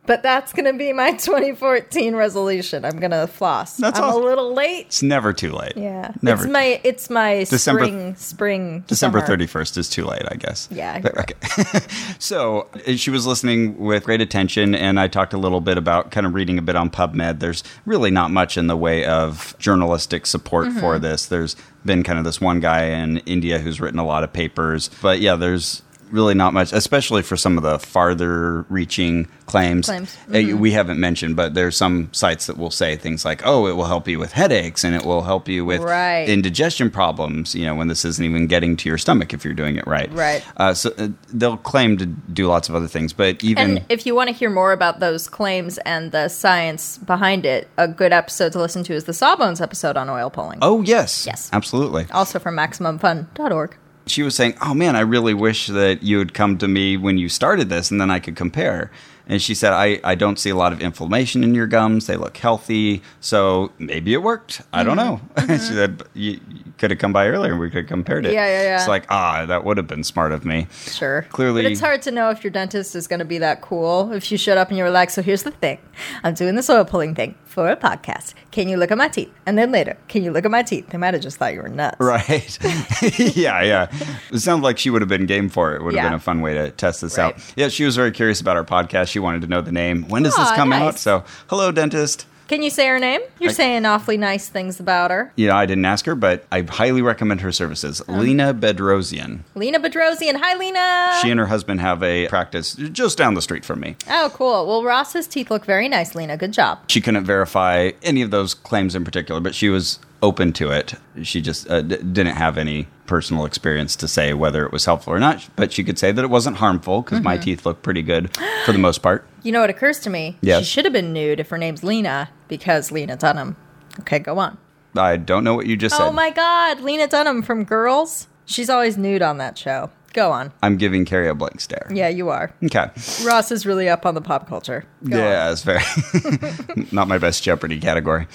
[SPEAKER 1] but that's going to be my 2014 resolution. I'm going to floss.
[SPEAKER 2] That's
[SPEAKER 1] I'm
[SPEAKER 2] awesome.
[SPEAKER 1] a little late.
[SPEAKER 2] It's never too late.
[SPEAKER 1] Yeah.
[SPEAKER 2] Never.
[SPEAKER 1] It's my, it's my
[SPEAKER 2] December-
[SPEAKER 1] spring, spring.
[SPEAKER 2] December
[SPEAKER 1] summer.
[SPEAKER 2] 31st is too late, I guess.
[SPEAKER 1] Yeah.
[SPEAKER 2] But- okay. so uh, she was listening with great attention, and I talked a little bit about kind of reading a bit on PubMed. There's really not much in the way of journalistic support for
[SPEAKER 1] Mm-hmm.
[SPEAKER 2] this. There's been kind of this one guy in India who's written a lot of papers, but yeah, there's really not much, especially for some of the farther reaching claims.
[SPEAKER 1] Claims. Mm-hmm.
[SPEAKER 2] Uh, We haven't mentioned, but there's some sites that will say things like, oh, it will help you with headaches and it will help you with
[SPEAKER 1] Right.
[SPEAKER 2] indigestion problems, you know, when this isn't even getting to your stomach if you're doing it right.
[SPEAKER 1] Right.
[SPEAKER 2] Uh, so uh, they'll claim to do lots of other things, but even.
[SPEAKER 1] And if you want to hear more about those claims and the science behind it, a good episode to listen to is the Sawbones episode on oil pulling.
[SPEAKER 2] oh, yes.
[SPEAKER 1] Yes.
[SPEAKER 2] Absolutely.
[SPEAKER 1] Also from MaximumFun.org.
[SPEAKER 2] She was saying, oh, man, I really wish that you had come to me when you started this and then I could compare. And she said, I, I don't see a lot of inflammation in your gums. They look healthy. So maybe it worked. I don't
[SPEAKER 1] Mm-hmm.
[SPEAKER 2] know. she said, "But you, you could have come by earlier and we could have compared it.
[SPEAKER 1] Yeah, yeah, yeah.
[SPEAKER 2] It's like, ah, that would have been smart of me.
[SPEAKER 1] Sure.
[SPEAKER 2] Clearly-
[SPEAKER 1] But it's hard to know if your dentist is going to be that cool. If you showed up and you were like, so here's the thing I'm doing this oil pulling thing for a podcast. Can you look at my teeth? And then later, can you look at my teeth? They might have just thought you were nuts.
[SPEAKER 2] Right. yeah, yeah. It sounds like she would have been game for it. It would have
[SPEAKER 1] Yeah.
[SPEAKER 2] been a fun way to test this
[SPEAKER 1] Right.
[SPEAKER 2] out. Yeah, she was very curious about our podcast. She wanted to know the name. When does this
[SPEAKER 1] Aw,
[SPEAKER 2] come
[SPEAKER 1] nice.
[SPEAKER 2] out? So, hello, dentist.
[SPEAKER 1] Can you say her name? You're
[SPEAKER 2] I-
[SPEAKER 1] saying awfully nice things about her.
[SPEAKER 2] You know, I didn't ask her, but I highly recommend her services.
[SPEAKER 1] Oh.
[SPEAKER 2] Lena Bedrosian.
[SPEAKER 1] Lena Bedrosian. Hi, Lena.
[SPEAKER 2] She and her husband have a practice just down the street from me.
[SPEAKER 1] oh, cool. Well, Ross's teeth look very nice, Lena. Good job.
[SPEAKER 2] She couldn't verify any of those claims in particular, but she was open to it. She just uh, d- didn't have any personal experience to say whether it was helpful or not, but she could say that it wasn't harmful because
[SPEAKER 1] Mm-hmm.
[SPEAKER 2] my teeth look pretty good for the most part.
[SPEAKER 1] You know what occurs to me?
[SPEAKER 2] Yes.
[SPEAKER 1] She should have been nude if her name's Lena because Lena Dunham. Okay, go on.
[SPEAKER 2] I don't know what you just
[SPEAKER 1] Oh
[SPEAKER 2] said.
[SPEAKER 1] my God, Lena Dunham from Girls. She's always nude on that show. Go on.
[SPEAKER 2] I'm giving Carrie a blank stare.
[SPEAKER 1] Yeah, you are.
[SPEAKER 2] Okay.
[SPEAKER 1] Ross is really up on the pop culture. Go on.
[SPEAKER 2] yeah, that's fair. Not my best Jeopardy category.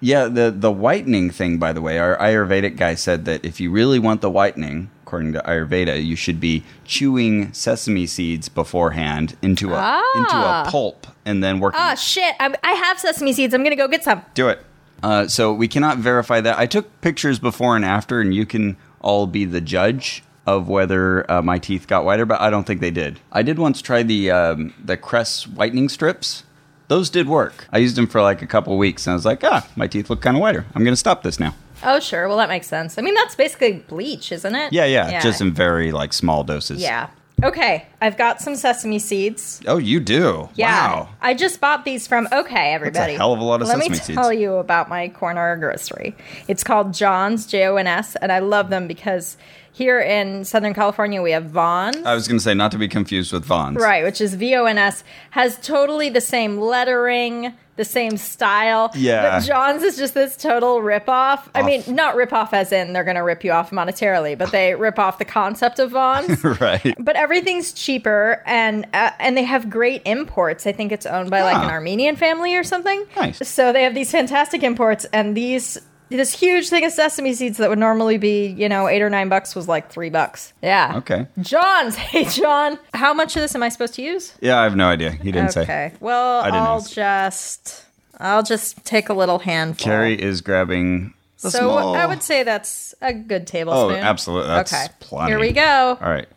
[SPEAKER 2] Yeah, the the whitening thing, by the way, our Ayurvedic guy said that if you really want the whitening, according to Ayurveda, you should be chewing sesame seeds beforehand into a into a
[SPEAKER 1] Ah.
[SPEAKER 2] pulp and then working
[SPEAKER 1] Ah, shit. I, I have sesame seeds. I'm going to go get some.
[SPEAKER 2] Do it. Uh, so we cannot verify that. I took pictures before and after, and you can all be the judge of whether uh, my teeth got whiter, but I don't think they did. I did once try the um, the Crest whitening strips. Those did work. I used them for like a couple weeks, and I was like, ah, my teeth look kind of whiter. I'm going to stop this now.
[SPEAKER 1] Oh, sure. Well, that makes sense. I mean, that's basically bleach, isn't it?
[SPEAKER 2] Yeah, yeah, just in very like small doses.
[SPEAKER 1] Yeah. Okay. I've got some sesame seeds.
[SPEAKER 2] Oh, you do.
[SPEAKER 1] Yeah.
[SPEAKER 2] Wow.
[SPEAKER 1] I just bought these from Okay, everybody.
[SPEAKER 2] hell of a lot of
[SPEAKER 1] Let
[SPEAKER 2] sesame
[SPEAKER 1] me
[SPEAKER 2] seeds.
[SPEAKER 1] tell you about my corner grocery. It's called John's J O N S, and I love them because here in Southern California we have Vaughn's.
[SPEAKER 2] I was going to say not to be confused with Vons.
[SPEAKER 1] Right, which is V O N S, has totally the same lettering, the same style.
[SPEAKER 2] Yeah.
[SPEAKER 1] But John's is just this total ripoff. I
[SPEAKER 2] Off.
[SPEAKER 1] mean, not ripoff as in they're going to rip you off monetarily, but they rip off the concept of Vaughn's.
[SPEAKER 2] right.
[SPEAKER 1] But everything's cheaper, and uh, and they have great imports. I think it's owned by like
[SPEAKER 2] Ah.
[SPEAKER 1] an Armenian family or something.
[SPEAKER 2] Nice.
[SPEAKER 1] So they have these fantastic imports, and these this huge thing of sesame seeds that would normally be you know eight or nine bucks was like three bucks. Yeah.
[SPEAKER 2] Okay.
[SPEAKER 1] John's. Hey, John. How much of this am I supposed to use?
[SPEAKER 2] Yeah, I have no idea. He didn't say.
[SPEAKER 1] Okay. Well,
[SPEAKER 2] I didn't
[SPEAKER 1] I'll
[SPEAKER 2] ask.
[SPEAKER 1] just I'll just take a little handful.
[SPEAKER 2] Carrie is grabbing. The
[SPEAKER 1] so uh,
[SPEAKER 2] small...
[SPEAKER 1] I would say that's a good
[SPEAKER 2] Oh,
[SPEAKER 1] tablespoon.
[SPEAKER 2] absolutely. That's
[SPEAKER 1] okay.
[SPEAKER 2] plenty.
[SPEAKER 1] Here we go.
[SPEAKER 2] All right.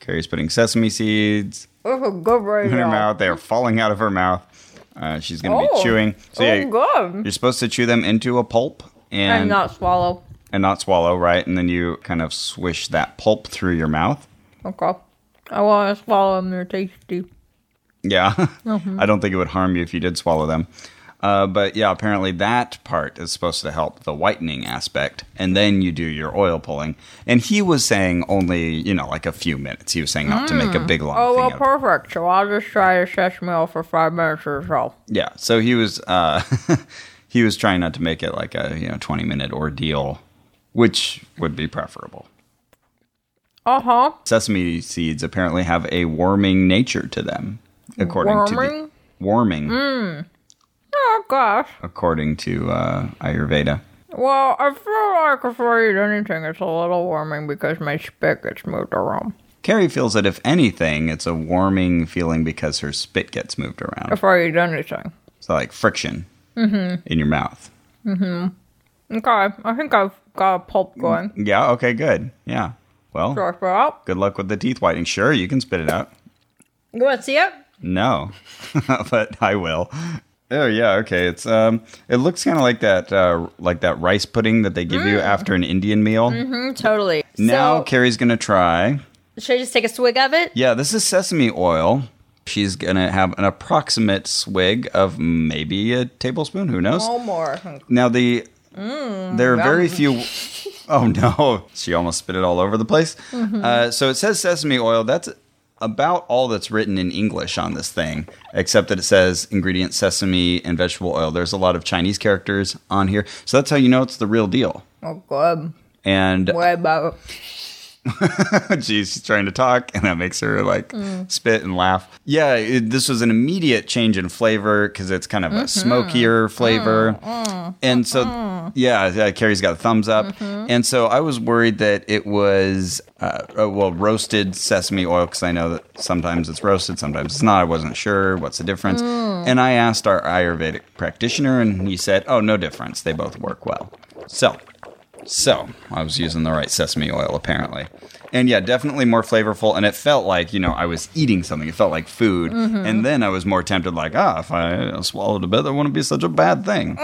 [SPEAKER 2] Carrie's putting sesame seeds
[SPEAKER 1] Oh, good right
[SPEAKER 2] in her
[SPEAKER 1] now.
[SPEAKER 2] mouth. They are falling out of her mouth. Uh, she's going to
[SPEAKER 1] Oh.
[SPEAKER 2] be chewing. So,
[SPEAKER 1] oh,
[SPEAKER 2] yeah,
[SPEAKER 1] good.
[SPEAKER 2] you're supposed to chew them into a pulp. And
[SPEAKER 1] And not swallow.
[SPEAKER 2] and not swallow, right? And then you kind of swish that pulp through your mouth.
[SPEAKER 1] Okay. I want to swallow them. They're tasty.
[SPEAKER 2] Yeah.
[SPEAKER 1] Mm-hmm.
[SPEAKER 2] I don't think it would harm you if you did swallow them. Uh, but yeah, apparently that part is supposed to help the whitening aspect. And then you do your oil pulling. And he was saying only, you know, like a few minutes. He was saying not to make a big long
[SPEAKER 1] Oh,
[SPEAKER 2] thing
[SPEAKER 1] well,
[SPEAKER 2] out of it.
[SPEAKER 1] perfect. So I'll just try a sesame oil for five minutes or so.
[SPEAKER 2] Yeah. So he was uh he was trying not to make it like a, you know, 20 minute ordeal, which would be preferable.
[SPEAKER 1] Uh huh.
[SPEAKER 2] Sesame seeds apparently have a warming nature to them, according to
[SPEAKER 1] Warming? Hmm.
[SPEAKER 2] the warming,
[SPEAKER 1] Oh, gosh.
[SPEAKER 2] according to uh Ayurveda.
[SPEAKER 1] Well, I feel like if I eat anything, it's a little warming because my spit gets moved around.
[SPEAKER 2] Carrie feels that if anything, it's a warming feeling because her spit gets moved around.
[SPEAKER 1] If I eat anything.
[SPEAKER 2] So like friction
[SPEAKER 1] Mm-hmm.
[SPEAKER 2] in your mouth.
[SPEAKER 1] Okay, I think I've got a pulp going.
[SPEAKER 2] Yeah, okay, good. Yeah. Well,
[SPEAKER 1] Sure, for up.
[SPEAKER 2] good luck with the teeth whitening. Sure, you can spit it out.
[SPEAKER 1] You want to see it?
[SPEAKER 2] No, but I will. Oh yeah, okay. It's um, it looks kind of like that uh, like that rice pudding that they give you after an Indian meal.
[SPEAKER 1] Mm, totally.
[SPEAKER 2] Now
[SPEAKER 1] so,
[SPEAKER 2] Carrie's gonna try.
[SPEAKER 1] should I just take a swig of it?
[SPEAKER 2] Yeah, this is sesame oil. She's gonna have an approximate swig of maybe a tablespoon. Who knows?
[SPEAKER 1] No more.
[SPEAKER 2] Now the there are very few. Oh no! She almost spit it all over the place. Uh, so it says sesame oil. That's about all that's written in English on this thing, except that it says ingredients sesame and vegetable oil. There's a lot of Chinese characters on here, so that's how you know it's the real deal.
[SPEAKER 1] Oh, good.
[SPEAKER 2] And
[SPEAKER 1] Way about
[SPEAKER 2] Jeez, she's trying to talk, and that makes her like spit and laugh. Yeah, it, this was an immediate change in flavor because it's kind of a smokier flavor, and so yeah, yeah, Carrie's got a thumbs up, and so I was worried that it was uh, oh, well roasted sesame oil because I know that sometimes it's roasted, sometimes it's not. I wasn't sure what's the difference, and I asked our Ayurvedic practitioner, and he said, "Oh, no difference. They both work well." So so I was using the right sesame oil apparently. And yeah, definitely more flavorful. And it felt like, you know, I was eating something. It felt like food. And then I was more tempted, like, ah, if I swallowed a bit, that wouldn't be such a bad thing.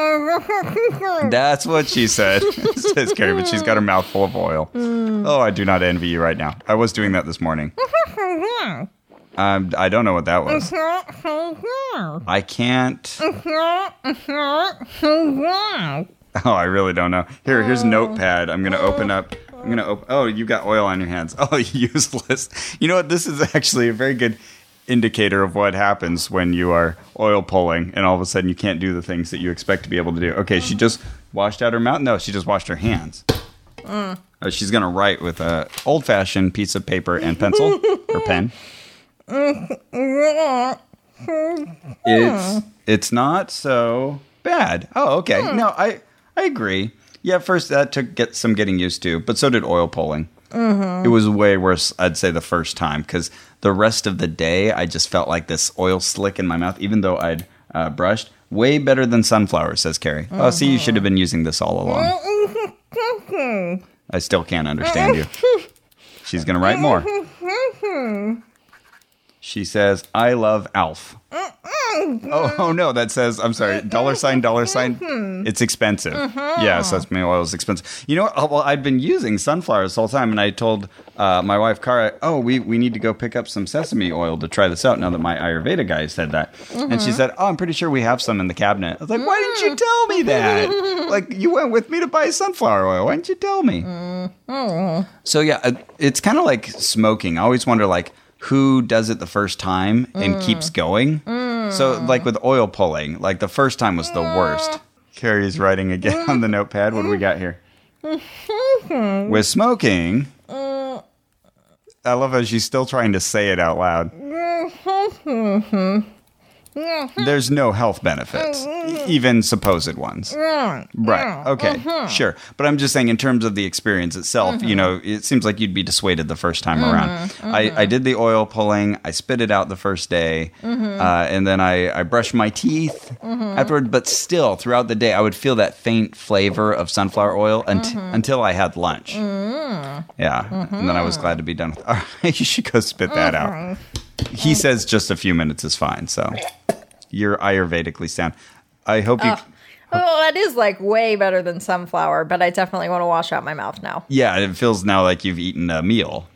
[SPEAKER 2] That's what she said, says Carrie, but she's got her mouth full of oil. Oh, I do not envy you right now. I was doing that this morning. Um, I don't know what that was.
[SPEAKER 1] Oh,
[SPEAKER 2] I can't. Oh, I really don't know. Here, here's notepad. I'm gonna open up. I'm gonna open. Oh, you got oil on your hands. Oh, useless. You know what? This is actually a very good indicator of what happens when you are oil pulling, and all of a sudden you can't do the things that you expect to be able to do. Okay, she just washed out her mouth. No, she just washed her hands. Oh, she's gonna write with a old-fashioned piece of paper and pencil or pen. it's it's not so bad. Oh, okay. No, I I agree. Yeah, first that took get some getting used to, but so did oil pulling. It was way worse, I'd say, the first time because the rest of the day I just felt like this oil slick in my mouth, even though I'd uh, brushed. Way better than sunflower, says Carrie. Oh, see, you should have been using this all along. I still can't understand you. She's gonna write more. She says, "I love Alf." Oh, oh no, that says I'm sorry. Dollar sign, dollar sign. It's expensive. Yeah, sesame oil is expensive. You know what? Oh, Well, I've been using sunflower this whole time, and I told uh, my wife Cara, "Oh, we we need to go pick up some sesame oil to try this out." Now that my Ayurveda guy said that, and she said, "Oh, I'm pretty sure we have some in the cabinet." I was like, "Why didn't you tell me that? like, you went with me to buy sunflower oil. Why didn't you tell me?" So yeah, uh, it's kind of like smoking. I always wonder like who does it the first time and keeps going. So like with oil pulling, like the first time was the worst. Carrie's writing again on the notepad. What do we got here? with smoking. I love how she's still trying to say it out loud. There's no health benefits, e- even supposed ones. Right. Okay. Sure. But I'm just saying, in terms of the experience itself, you know, it seems like you'd be dissuaded the first time around. I, I did the oil pulling. I spit it out the first day, uh, and then I, I brushed my teeth afterward. But still, throughout the day, I would feel that faint flavor of sunflower oil unt- until I had lunch. Yeah. And then I was glad to be done with. All right, you should go spit that out. He says just a few minutes is fine. So you're Ayurvedically sound. I hope you.
[SPEAKER 1] Well, that is like way better than sunflower, but I definitely want to wash out my mouth now.
[SPEAKER 2] Yeah, it feels now like you've eaten a meal.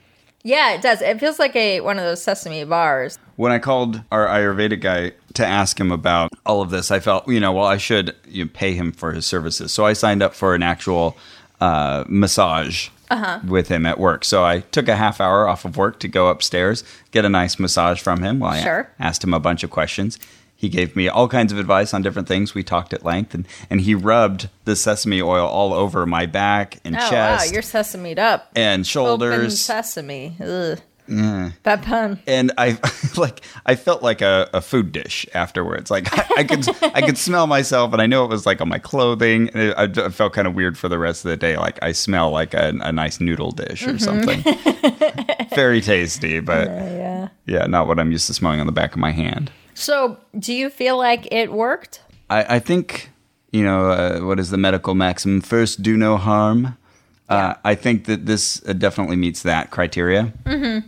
[SPEAKER 1] Yeah, it does. It feels like a one of those sesame bars.
[SPEAKER 2] When I called our Ayurveda guy to ask him about all of this, I felt, you know, well, I should you know, pay him for his services. So I signed up for an actual uh, massage
[SPEAKER 1] Uh-huh.
[SPEAKER 2] with him at work. So I took a half hour off of work to go upstairs, get a nice massage from him while I
[SPEAKER 1] Sure.
[SPEAKER 2] asked him a bunch of questions. He gave me all kinds of advice on different things. We talked at length, and, and he rubbed the sesame oil all over my back and
[SPEAKER 1] Oh
[SPEAKER 2] chest
[SPEAKER 1] wow, you're sesame'd up.
[SPEAKER 2] and
[SPEAKER 1] Open
[SPEAKER 2] shoulders. Mm.
[SPEAKER 1] sesame. Ugh. Bad pun.
[SPEAKER 2] and I like I felt like a, a food dish afterwards. Like I, I could I could smell myself, and I knew it was like on my clothing. And it, I d- I felt kind of weird for the rest of the day. Like I smell like a, a nice noodle dish or something. Very tasty, but
[SPEAKER 1] Mm-hmm. Yeah.
[SPEAKER 2] yeah, not what I'm used to smelling on the back of my hand.
[SPEAKER 1] So, do you feel like it worked?
[SPEAKER 2] I, I think you know uh, what is the medical maxim: first, do no harm. Uh, I think that this uh, definitely meets that criteria. Mm-hmm.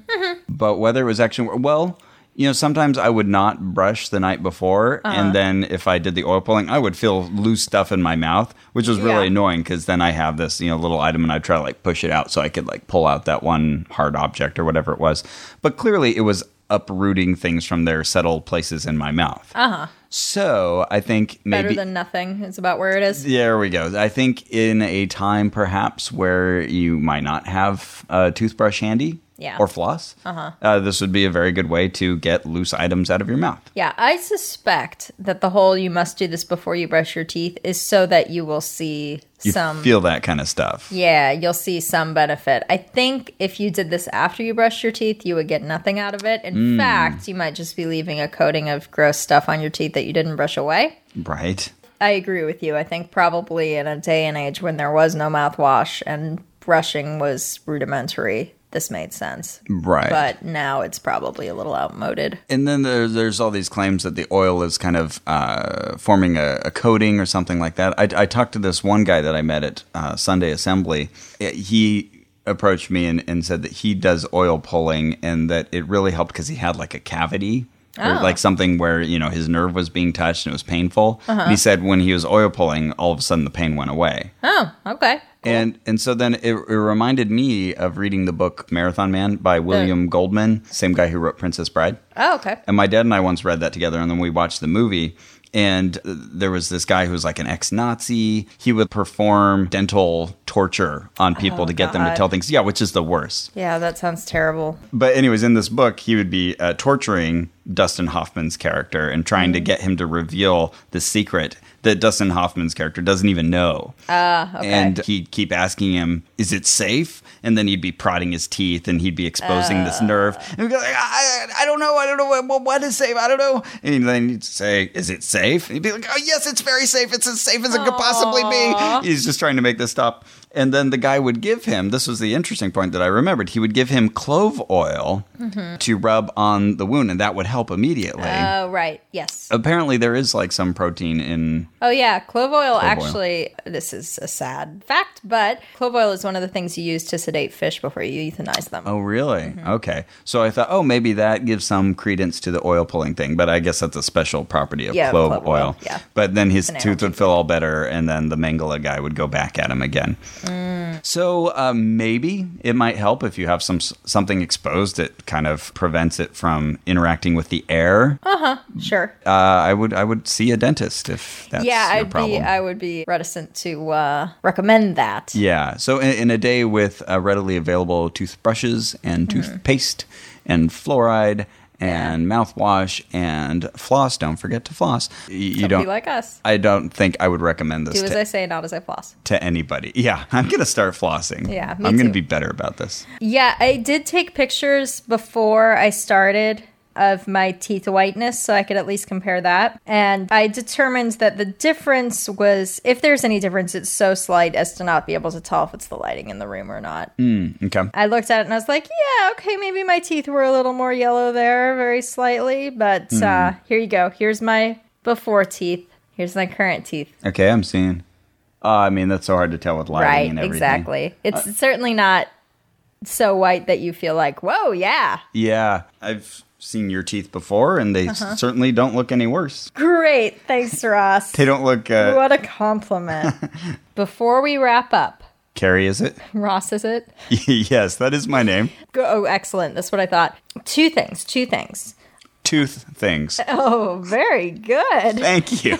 [SPEAKER 2] But whether it was actually well, you know, sometimes I would not brush the night before, and then if I did the oil pulling, I would feel loose stuff in my mouth, which was really
[SPEAKER 1] Yeah.
[SPEAKER 2] annoying because then I have this you know little item, and I try to like push it out so I could like pull out that one hard object or whatever it was. But clearly, it was uprooting things from their settled places in my mouth. Uh huh. So I think
[SPEAKER 1] Better
[SPEAKER 2] maybe
[SPEAKER 1] than nothing is about where it is.
[SPEAKER 2] there we go. I think in a time perhaps where you might not have a toothbrush handy
[SPEAKER 1] Yeah.
[SPEAKER 2] or floss, uh-huh. this would be a very good way to get loose items out of your mouth.
[SPEAKER 1] Yeah, I suspect that the whole you must do this before you brush your teeth is so that you will see
[SPEAKER 2] You
[SPEAKER 1] some
[SPEAKER 2] feel that kind of stuff.
[SPEAKER 1] Yeah, you'll see some benefit. I think if you did this after you brushed your teeth, you would get nothing out of it. In fact, you might just be leaving a coating of gross stuff on your teeth that you didn't brush away.
[SPEAKER 2] Right.
[SPEAKER 1] I agree with you. I think probably in a day and age when there was no mouthwash and brushing was rudimentary, this made sense.
[SPEAKER 2] Right.
[SPEAKER 1] But now it's probably a little outmoded.
[SPEAKER 2] and then there, there's all these claims that the oil is kind of uh, forming a, a coating or something like that. I, I talked to this one guy that I met at uh, Sunday Assembly. Uh, He approached me and, and said that he does oil pulling and that it really helped because he had like a cavity. Or
[SPEAKER 1] Oh.
[SPEAKER 2] like something where you know his nerve was being touched and it was painful.
[SPEAKER 1] Uh-huh.
[SPEAKER 2] And he said when he was oil pulling, all of a sudden the pain went away.
[SPEAKER 1] Oh, okay.
[SPEAKER 2] And and so then it, it reminded me of reading the book Marathon Man by William Goldman, same guy who wrote Princess Bride.
[SPEAKER 1] Oh, okay.
[SPEAKER 2] And my dad and I once read that together, and then we watched the movie. And uh, there was this guy who was like an ex-Nazi. He would perform dental torture on people to get them to
[SPEAKER 1] God.
[SPEAKER 2] tell things. Yeah, which is the worst.
[SPEAKER 1] Yeah, that sounds terrible.
[SPEAKER 2] But anyways, in this book, he would be uh, torturing Dustin Hoffman's character and trying to get him to reveal the secret that Dustin Hoffman's character doesn't even know.
[SPEAKER 1] Okay.
[SPEAKER 2] And he'd keep asking him, "Is it safe?" And then he'd be prodding his teeth, and he'd be exposing this nerve. And he'd be like, I, "I don't know, I don't know what, what is safe. I don't know." And then he'd say, "Is it safe?" And he'd be like, "Oh yes, it's very safe. It's as safe as it could possibly be." He's just trying to make this stop. And then the guy would give him. This was the interesting point that I remembered. He would give him clove oil to rub on the wound, and that would help immediately.
[SPEAKER 1] oh, right. Yes.
[SPEAKER 2] Apparently, there is like some protein in
[SPEAKER 1] Oh yeah, clove oil
[SPEAKER 2] oil.
[SPEAKER 1] actually this is a sad fact, but clove oil is one of the things you use to sedate fish before you euthanize them.
[SPEAKER 2] Oh, really?
[SPEAKER 1] Mm-hmm.
[SPEAKER 2] Okay. So I thought, oh, maybe that gives some credence to the oil pulling thing, but I guess that's a special property of
[SPEAKER 1] Yeah,
[SPEAKER 2] clove,
[SPEAKER 1] clove
[SPEAKER 2] oil.
[SPEAKER 1] oil, yeah.
[SPEAKER 2] But then his
[SPEAKER 1] An
[SPEAKER 2] tooth would feel all better, and then the Mangala guy would go back at him again.
[SPEAKER 1] Mm.
[SPEAKER 2] So uh, maybe it might help if you have some something exposed that kind of prevents it from interacting with the air. Uh,
[SPEAKER 1] Sure.
[SPEAKER 2] I would I would see a dentist if that's
[SPEAKER 1] yeah,
[SPEAKER 2] your
[SPEAKER 1] I'd
[SPEAKER 2] problem.
[SPEAKER 1] be I would be reticent to uh, recommend that.
[SPEAKER 2] Yeah. So in, in a day with uh, readily available toothbrushes and
[SPEAKER 1] Hmm.
[SPEAKER 2] toothpaste and fluoride and mouthwash and floss, don't forget to floss. Y- You
[SPEAKER 1] Be
[SPEAKER 2] don't.
[SPEAKER 1] like us.
[SPEAKER 2] I don't think I would recommend this
[SPEAKER 1] Do as
[SPEAKER 2] to,
[SPEAKER 1] I say, not as I floss.
[SPEAKER 2] to anybody. Yeah, I'm gonna start flossing.
[SPEAKER 1] Yeah, me
[SPEAKER 2] I'm gonna
[SPEAKER 1] too.
[SPEAKER 2] be better about this.
[SPEAKER 1] Yeah, I did take pictures before I started of my teeth whiteness so I could at least compare that. And I determined that the difference was if there's any difference, it's so slight as to not be able to tell if it's the lighting in the room or not.
[SPEAKER 2] Okay.
[SPEAKER 1] I looked at it and I was like, yeah, okay, maybe my teeth were a little more yellow there, very slightly. But
[SPEAKER 2] Hmm.
[SPEAKER 1] uh, here you go. Here's my before teeth. Here's my current teeth.
[SPEAKER 2] Okay, I'm seeing. Uh, I mean, that's so hard to tell with lighting and
[SPEAKER 1] right,
[SPEAKER 2] everything. Uh,
[SPEAKER 1] exactly. It's certainly not so white that you feel like, whoa, yeah.
[SPEAKER 2] Yeah, I've seen your teeth before, and they
[SPEAKER 1] Uh-huh.
[SPEAKER 2] s- certainly don't look any worse.
[SPEAKER 1] Great. Thanks, Ross.
[SPEAKER 2] They don't look. Uh,
[SPEAKER 1] what a compliment. Before we wrap up,
[SPEAKER 2] Carrie, is it?
[SPEAKER 1] Ross, is it?
[SPEAKER 2] yes, that is my name.
[SPEAKER 1] Go- Oh, excellent. That's what I thought. Two things. Two things.
[SPEAKER 2] Tooth things.
[SPEAKER 1] Oh, very good.
[SPEAKER 2] Thank you.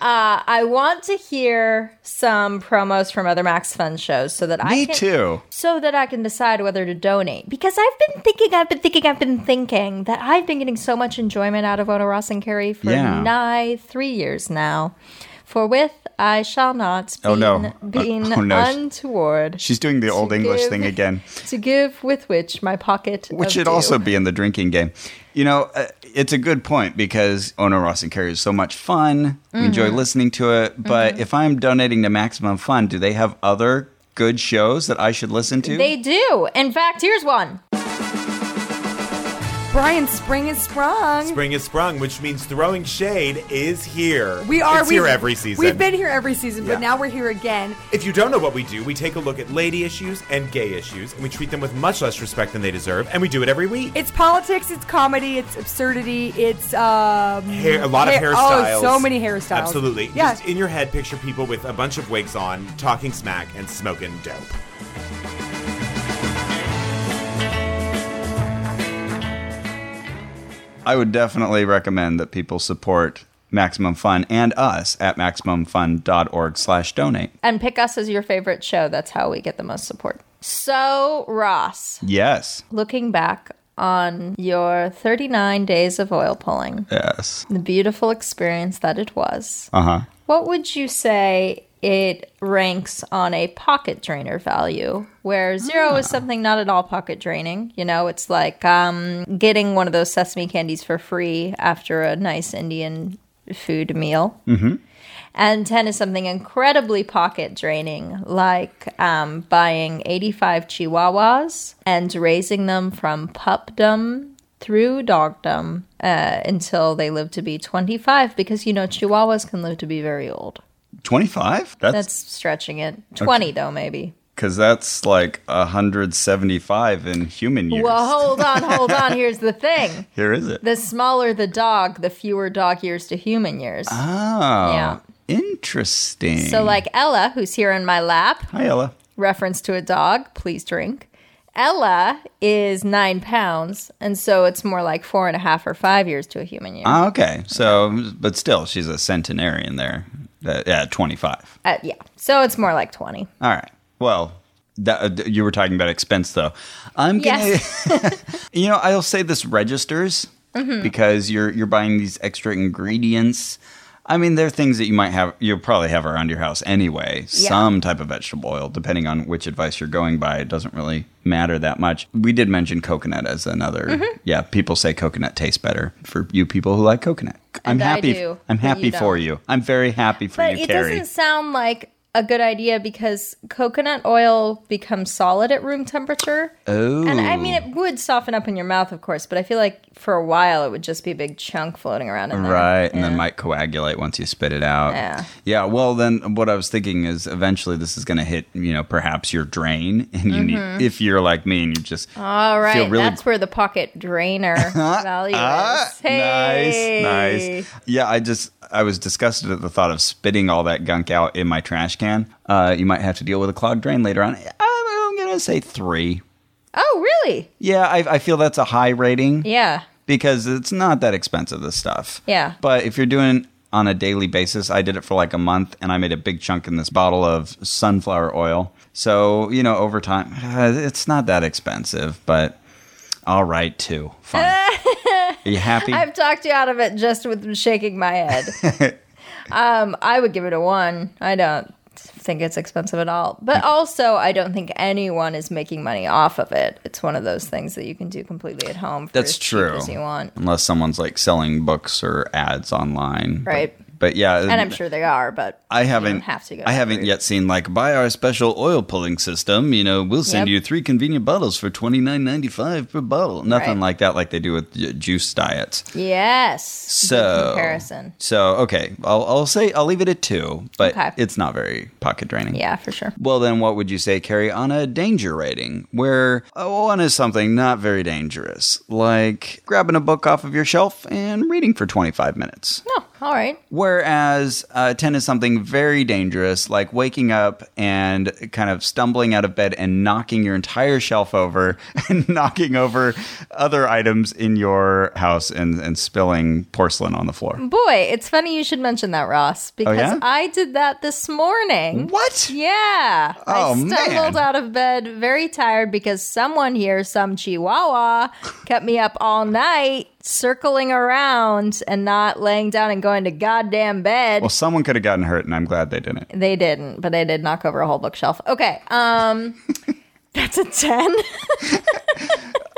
[SPEAKER 1] I want to hear some promos from other Max Fun shows so that I
[SPEAKER 2] Me
[SPEAKER 1] can,
[SPEAKER 2] too.
[SPEAKER 1] so that I can decide whether to donate because I've been thinking, I've been thinking, I've been thinking that I've been getting so much enjoyment out of Ono Ross and Carrie for
[SPEAKER 2] Yeah.
[SPEAKER 1] nigh three years now. For with I shall not
[SPEAKER 2] Oh, no. Uh,
[SPEAKER 1] being
[SPEAKER 2] oh, no.
[SPEAKER 1] untoward
[SPEAKER 2] She's doing the old English
[SPEAKER 1] give-
[SPEAKER 2] thing again.
[SPEAKER 1] to give with which my pocket
[SPEAKER 2] Which
[SPEAKER 1] of
[SPEAKER 2] should
[SPEAKER 1] dew.
[SPEAKER 2] also be in the drinking game. You know, uh, it's a good point because Ono Ross and Carrie is so much fun. We enjoy
[SPEAKER 1] Mm-hmm.
[SPEAKER 2] listening to it. But if I'm donating to Maximum Fun, do they have other good shows that I should listen to?
[SPEAKER 1] They do. In fact, here's one. Brian Spring is sprung.
[SPEAKER 3] Spring is sprung, which means throwing shade is here.
[SPEAKER 4] We are
[SPEAKER 3] It's
[SPEAKER 4] we've-
[SPEAKER 3] here every season.
[SPEAKER 4] We've been here every season, but
[SPEAKER 3] Yeah.
[SPEAKER 4] now we're here again.
[SPEAKER 3] If you don't know what we do, we take a look at lady issues and gay issues, and we treat them with much less respect than they deserve, and we do it every week.
[SPEAKER 4] It's politics, it's comedy, it's absurdity, it's um
[SPEAKER 3] Hair, a lot of
[SPEAKER 4] hair-
[SPEAKER 3] hairstyles.
[SPEAKER 4] Oh, so many hairstyles.
[SPEAKER 3] Absolutely.
[SPEAKER 4] Yeah.
[SPEAKER 3] Just in your head, picture people with a bunch of wigs on, talking smack and smoking dope.
[SPEAKER 2] I would definitely recommend that people support Maximum Fun and us at MaximumFun.org slash donate.
[SPEAKER 1] and pick us as your favorite show. That's how we get the most support. So, Ross,
[SPEAKER 2] Yes.
[SPEAKER 1] looking back on your 39 days of oil pulling,
[SPEAKER 2] Yes.
[SPEAKER 1] the beautiful experience that it was,
[SPEAKER 2] Uh-huh.
[SPEAKER 1] what would you say it ranks on a pocket drainer value? Where zero is something not at all pocket draining. You know, it's like um, getting one of those sesame candies for free after a nice Indian food meal. And 10 is something incredibly pocket draining, like um, buying 85 chihuahuas and raising them from pupdom through dogdom uh, until they live to be 25, because you know, chihuahuas can live to be very old.
[SPEAKER 2] 25?
[SPEAKER 1] That's
[SPEAKER 2] That's
[SPEAKER 1] stretching it. 20, though, maybe.
[SPEAKER 2] because that's like 175 in human years.
[SPEAKER 1] Well, hold on, hold on. Here's the thing
[SPEAKER 2] Here is it.
[SPEAKER 1] the smaller the dog, the fewer dog years to human years.
[SPEAKER 2] Oh,
[SPEAKER 1] Yeah.
[SPEAKER 2] interesting.
[SPEAKER 1] So, like Ella, who's here in my lap,
[SPEAKER 2] hi Ella.
[SPEAKER 1] reference to a dog, please drink. Ella is nine pounds, and so it's more like four and a half or five years to a human year.
[SPEAKER 2] Ah, okay. So, but still, she's a centenarian there. Uh, yeah, 25.
[SPEAKER 1] Uh, yeah, so it's more like 20.
[SPEAKER 2] All right. Well, that, uh, you were talking about expense, though. I'm gonna,
[SPEAKER 1] Yes. Mm-hmm.
[SPEAKER 2] you know, I'll say this registers because you're you're buying these extra ingredients. I mean, they're things that you might have, you'll probably have around your house anyway.
[SPEAKER 1] Yeah.
[SPEAKER 2] Some type of vegetable oil, depending on which advice you're going by. It doesn't really matter that much. We did mention coconut as another.
[SPEAKER 1] Mm-hmm.
[SPEAKER 2] Yeah, people say coconut tastes better for you people who like coconut. I'm
[SPEAKER 1] And I
[SPEAKER 2] happy.
[SPEAKER 1] do,
[SPEAKER 2] I'm
[SPEAKER 1] but you
[SPEAKER 2] happy for
[SPEAKER 1] don't.
[SPEAKER 2] you. I'm very happy for
[SPEAKER 1] But
[SPEAKER 2] Oh, you,
[SPEAKER 1] it
[SPEAKER 2] Carrie.
[SPEAKER 1] doesn't sound like a good idea because coconut oil becomes solid at room temperature.
[SPEAKER 2] oh.
[SPEAKER 1] And I mean, it would soften up in your mouth, of course, but I feel like for a while it would just be a big chunk floating around in there.
[SPEAKER 2] Right, and then
[SPEAKER 1] Yeah.
[SPEAKER 2] might coagulate once you spit it out.
[SPEAKER 1] Yeah.
[SPEAKER 2] Yeah. Well, then what I was thinking is eventually this is going to hit, you know, perhaps your drain, and you need if you're like me and you just
[SPEAKER 1] Mm-hmm. All right,
[SPEAKER 2] really-
[SPEAKER 1] that's where the pocket drainer value
[SPEAKER 2] Ah,
[SPEAKER 1] is. Hey.
[SPEAKER 2] nice, nice. Yeah, I just I was disgusted at the thought of spitting all that gunk out in my trash can. Uh, you might have to deal with a clogged drain later on. I'm, I'm going to say three.
[SPEAKER 1] Oh, really?
[SPEAKER 2] Yeah, I, I feel that's a high rating.
[SPEAKER 1] Yeah.
[SPEAKER 2] because it's not that expensive this stuff.
[SPEAKER 1] Yeah.
[SPEAKER 2] But if you're doing on a daily basis, I did it for like a month and I made a big chunk in this bottle of sunflower oil. So, you know, over time, uh, it's not that expensive, but all right, too. Fine. Are you happy?
[SPEAKER 1] I've talked you out of it just with shaking my head. um, I would give it a one. I don't think it's expensive at all. But also, I don't think anyone is making money off of it. It's one of those things that you can do completely at home. For
[SPEAKER 2] That's
[SPEAKER 1] as cheap
[SPEAKER 2] true.
[SPEAKER 1] As you want.
[SPEAKER 2] Unless someone's like selling books or ads online. but
[SPEAKER 1] Right.
[SPEAKER 2] But yeah,
[SPEAKER 1] and I'm sure they are, but
[SPEAKER 2] I
[SPEAKER 1] you don't
[SPEAKER 2] haven't
[SPEAKER 1] have to go. that
[SPEAKER 2] I haven't
[SPEAKER 1] route.
[SPEAKER 2] yet seen like buy our special oil pulling system. You know, we'll send
[SPEAKER 1] Yep.
[SPEAKER 2] you three convenient bottles for twenty nine ninety five per bottle. Nothing
[SPEAKER 1] Right.
[SPEAKER 2] like that, like they do with ju- juice diets.
[SPEAKER 1] Yes. Good
[SPEAKER 2] So
[SPEAKER 1] comparison.
[SPEAKER 2] So okay, I'll, I'll say I'll leave it at two, but
[SPEAKER 1] Okay.
[SPEAKER 2] it's not very pocket draining.
[SPEAKER 1] Yeah, for sure.
[SPEAKER 2] Well, then what would you say, Carrie, on a danger rating? Where uh, one is something not very dangerous, like grabbing a book off of your shelf and reading for 25 minutes.
[SPEAKER 1] No, all right.
[SPEAKER 2] Whereas uh, 10 is something very dangerous, like waking up and kind of stumbling out of bed and knocking your entire shelf over and knocking over other items in your house and, and spilling porcelain on the floor.
[SPEAKER 1] Boy, it's funny you should mention that, Ross, because
[SPEAKER 2] Oh, yeah?
[SPEAKER 1] I did that this morning.
[SPEAKER 2] What?
[SPEAKER 1] Yeah. I
[SPEAKER 2] Oh,
[SPEAKER 1] stumbled
[SPEAKER 2] man.
[SPEAKER 1] out of bed very tired because someone here, some chihuahua, kept me up all night circling around and not laying down and going to goddamn bed.
[SPEAKER 2] Well, someone could have gotten hurt, and I'm glad they didn't.
[SPEAKER 1] they didn't, but they did knock over a whole bookshelf. Okay. Um that's a 10.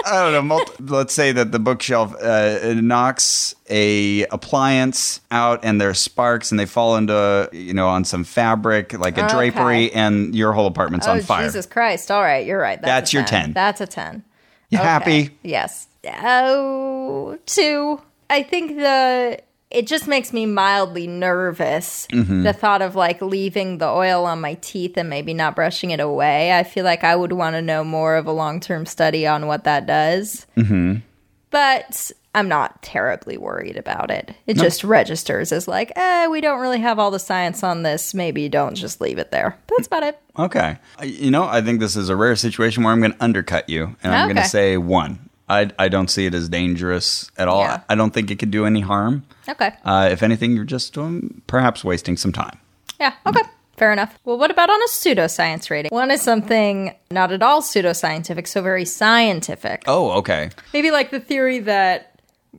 [SPEAKER 2] I don't know. Multi- let's say that the bookshelf uh, knocks a appliance out, and there's sparks, and they fall into you know on some fabric like a drapery, and your whole apartment's on
[SPEAKER 1] oh
[SPEAKER 2] fire.
[SPEAKER 1] Jesus Christ. All right, you're right.
[SPEAKER 2] That's
[SPEAKER 1] That's, a
[SPEAKER 2] your 10.
[SPEAKER 1] That's a 10.
[SPEAKER 2] You happy?
[SPEAKER 1] Yes. Oh, two. I think the it just makes me mildly nervous. The thought of like leaving the oil on my teeth and maybe not brushing it away. I feel like I would want to know more of a long term study on what that does. Mm-hmm. But I'm not terribly worried about it. It just registers as like, eh, we don't really have all the science on this. Maybe don't just leave it there. That's about it.
[SPEAKER 2] Okay. I, you know, I think this is a rare situation where I'm going to undercut you, and I'm going
[SPEAKER 1] Okay.
[SPEAKER 2] to say one. I, I don't see it as dangerous at all.
[SPEAKER 1] Yeah.
[SPEAKER 2] I don't think it could do any harm.
[SPEAKER 1] Okay.
[SPEAKER 2] Uh, if anything, you're just um, perhaps wasting some time.
[SPEAKER 1] Yeah, okay. Fair enough. Well, what about on a pseudoscience rating? One is something not at all pseudoscientific, so very scientific.
[SPEAKER 2] Oh, okay.
[SPEAKER 1] Maybe like the theory that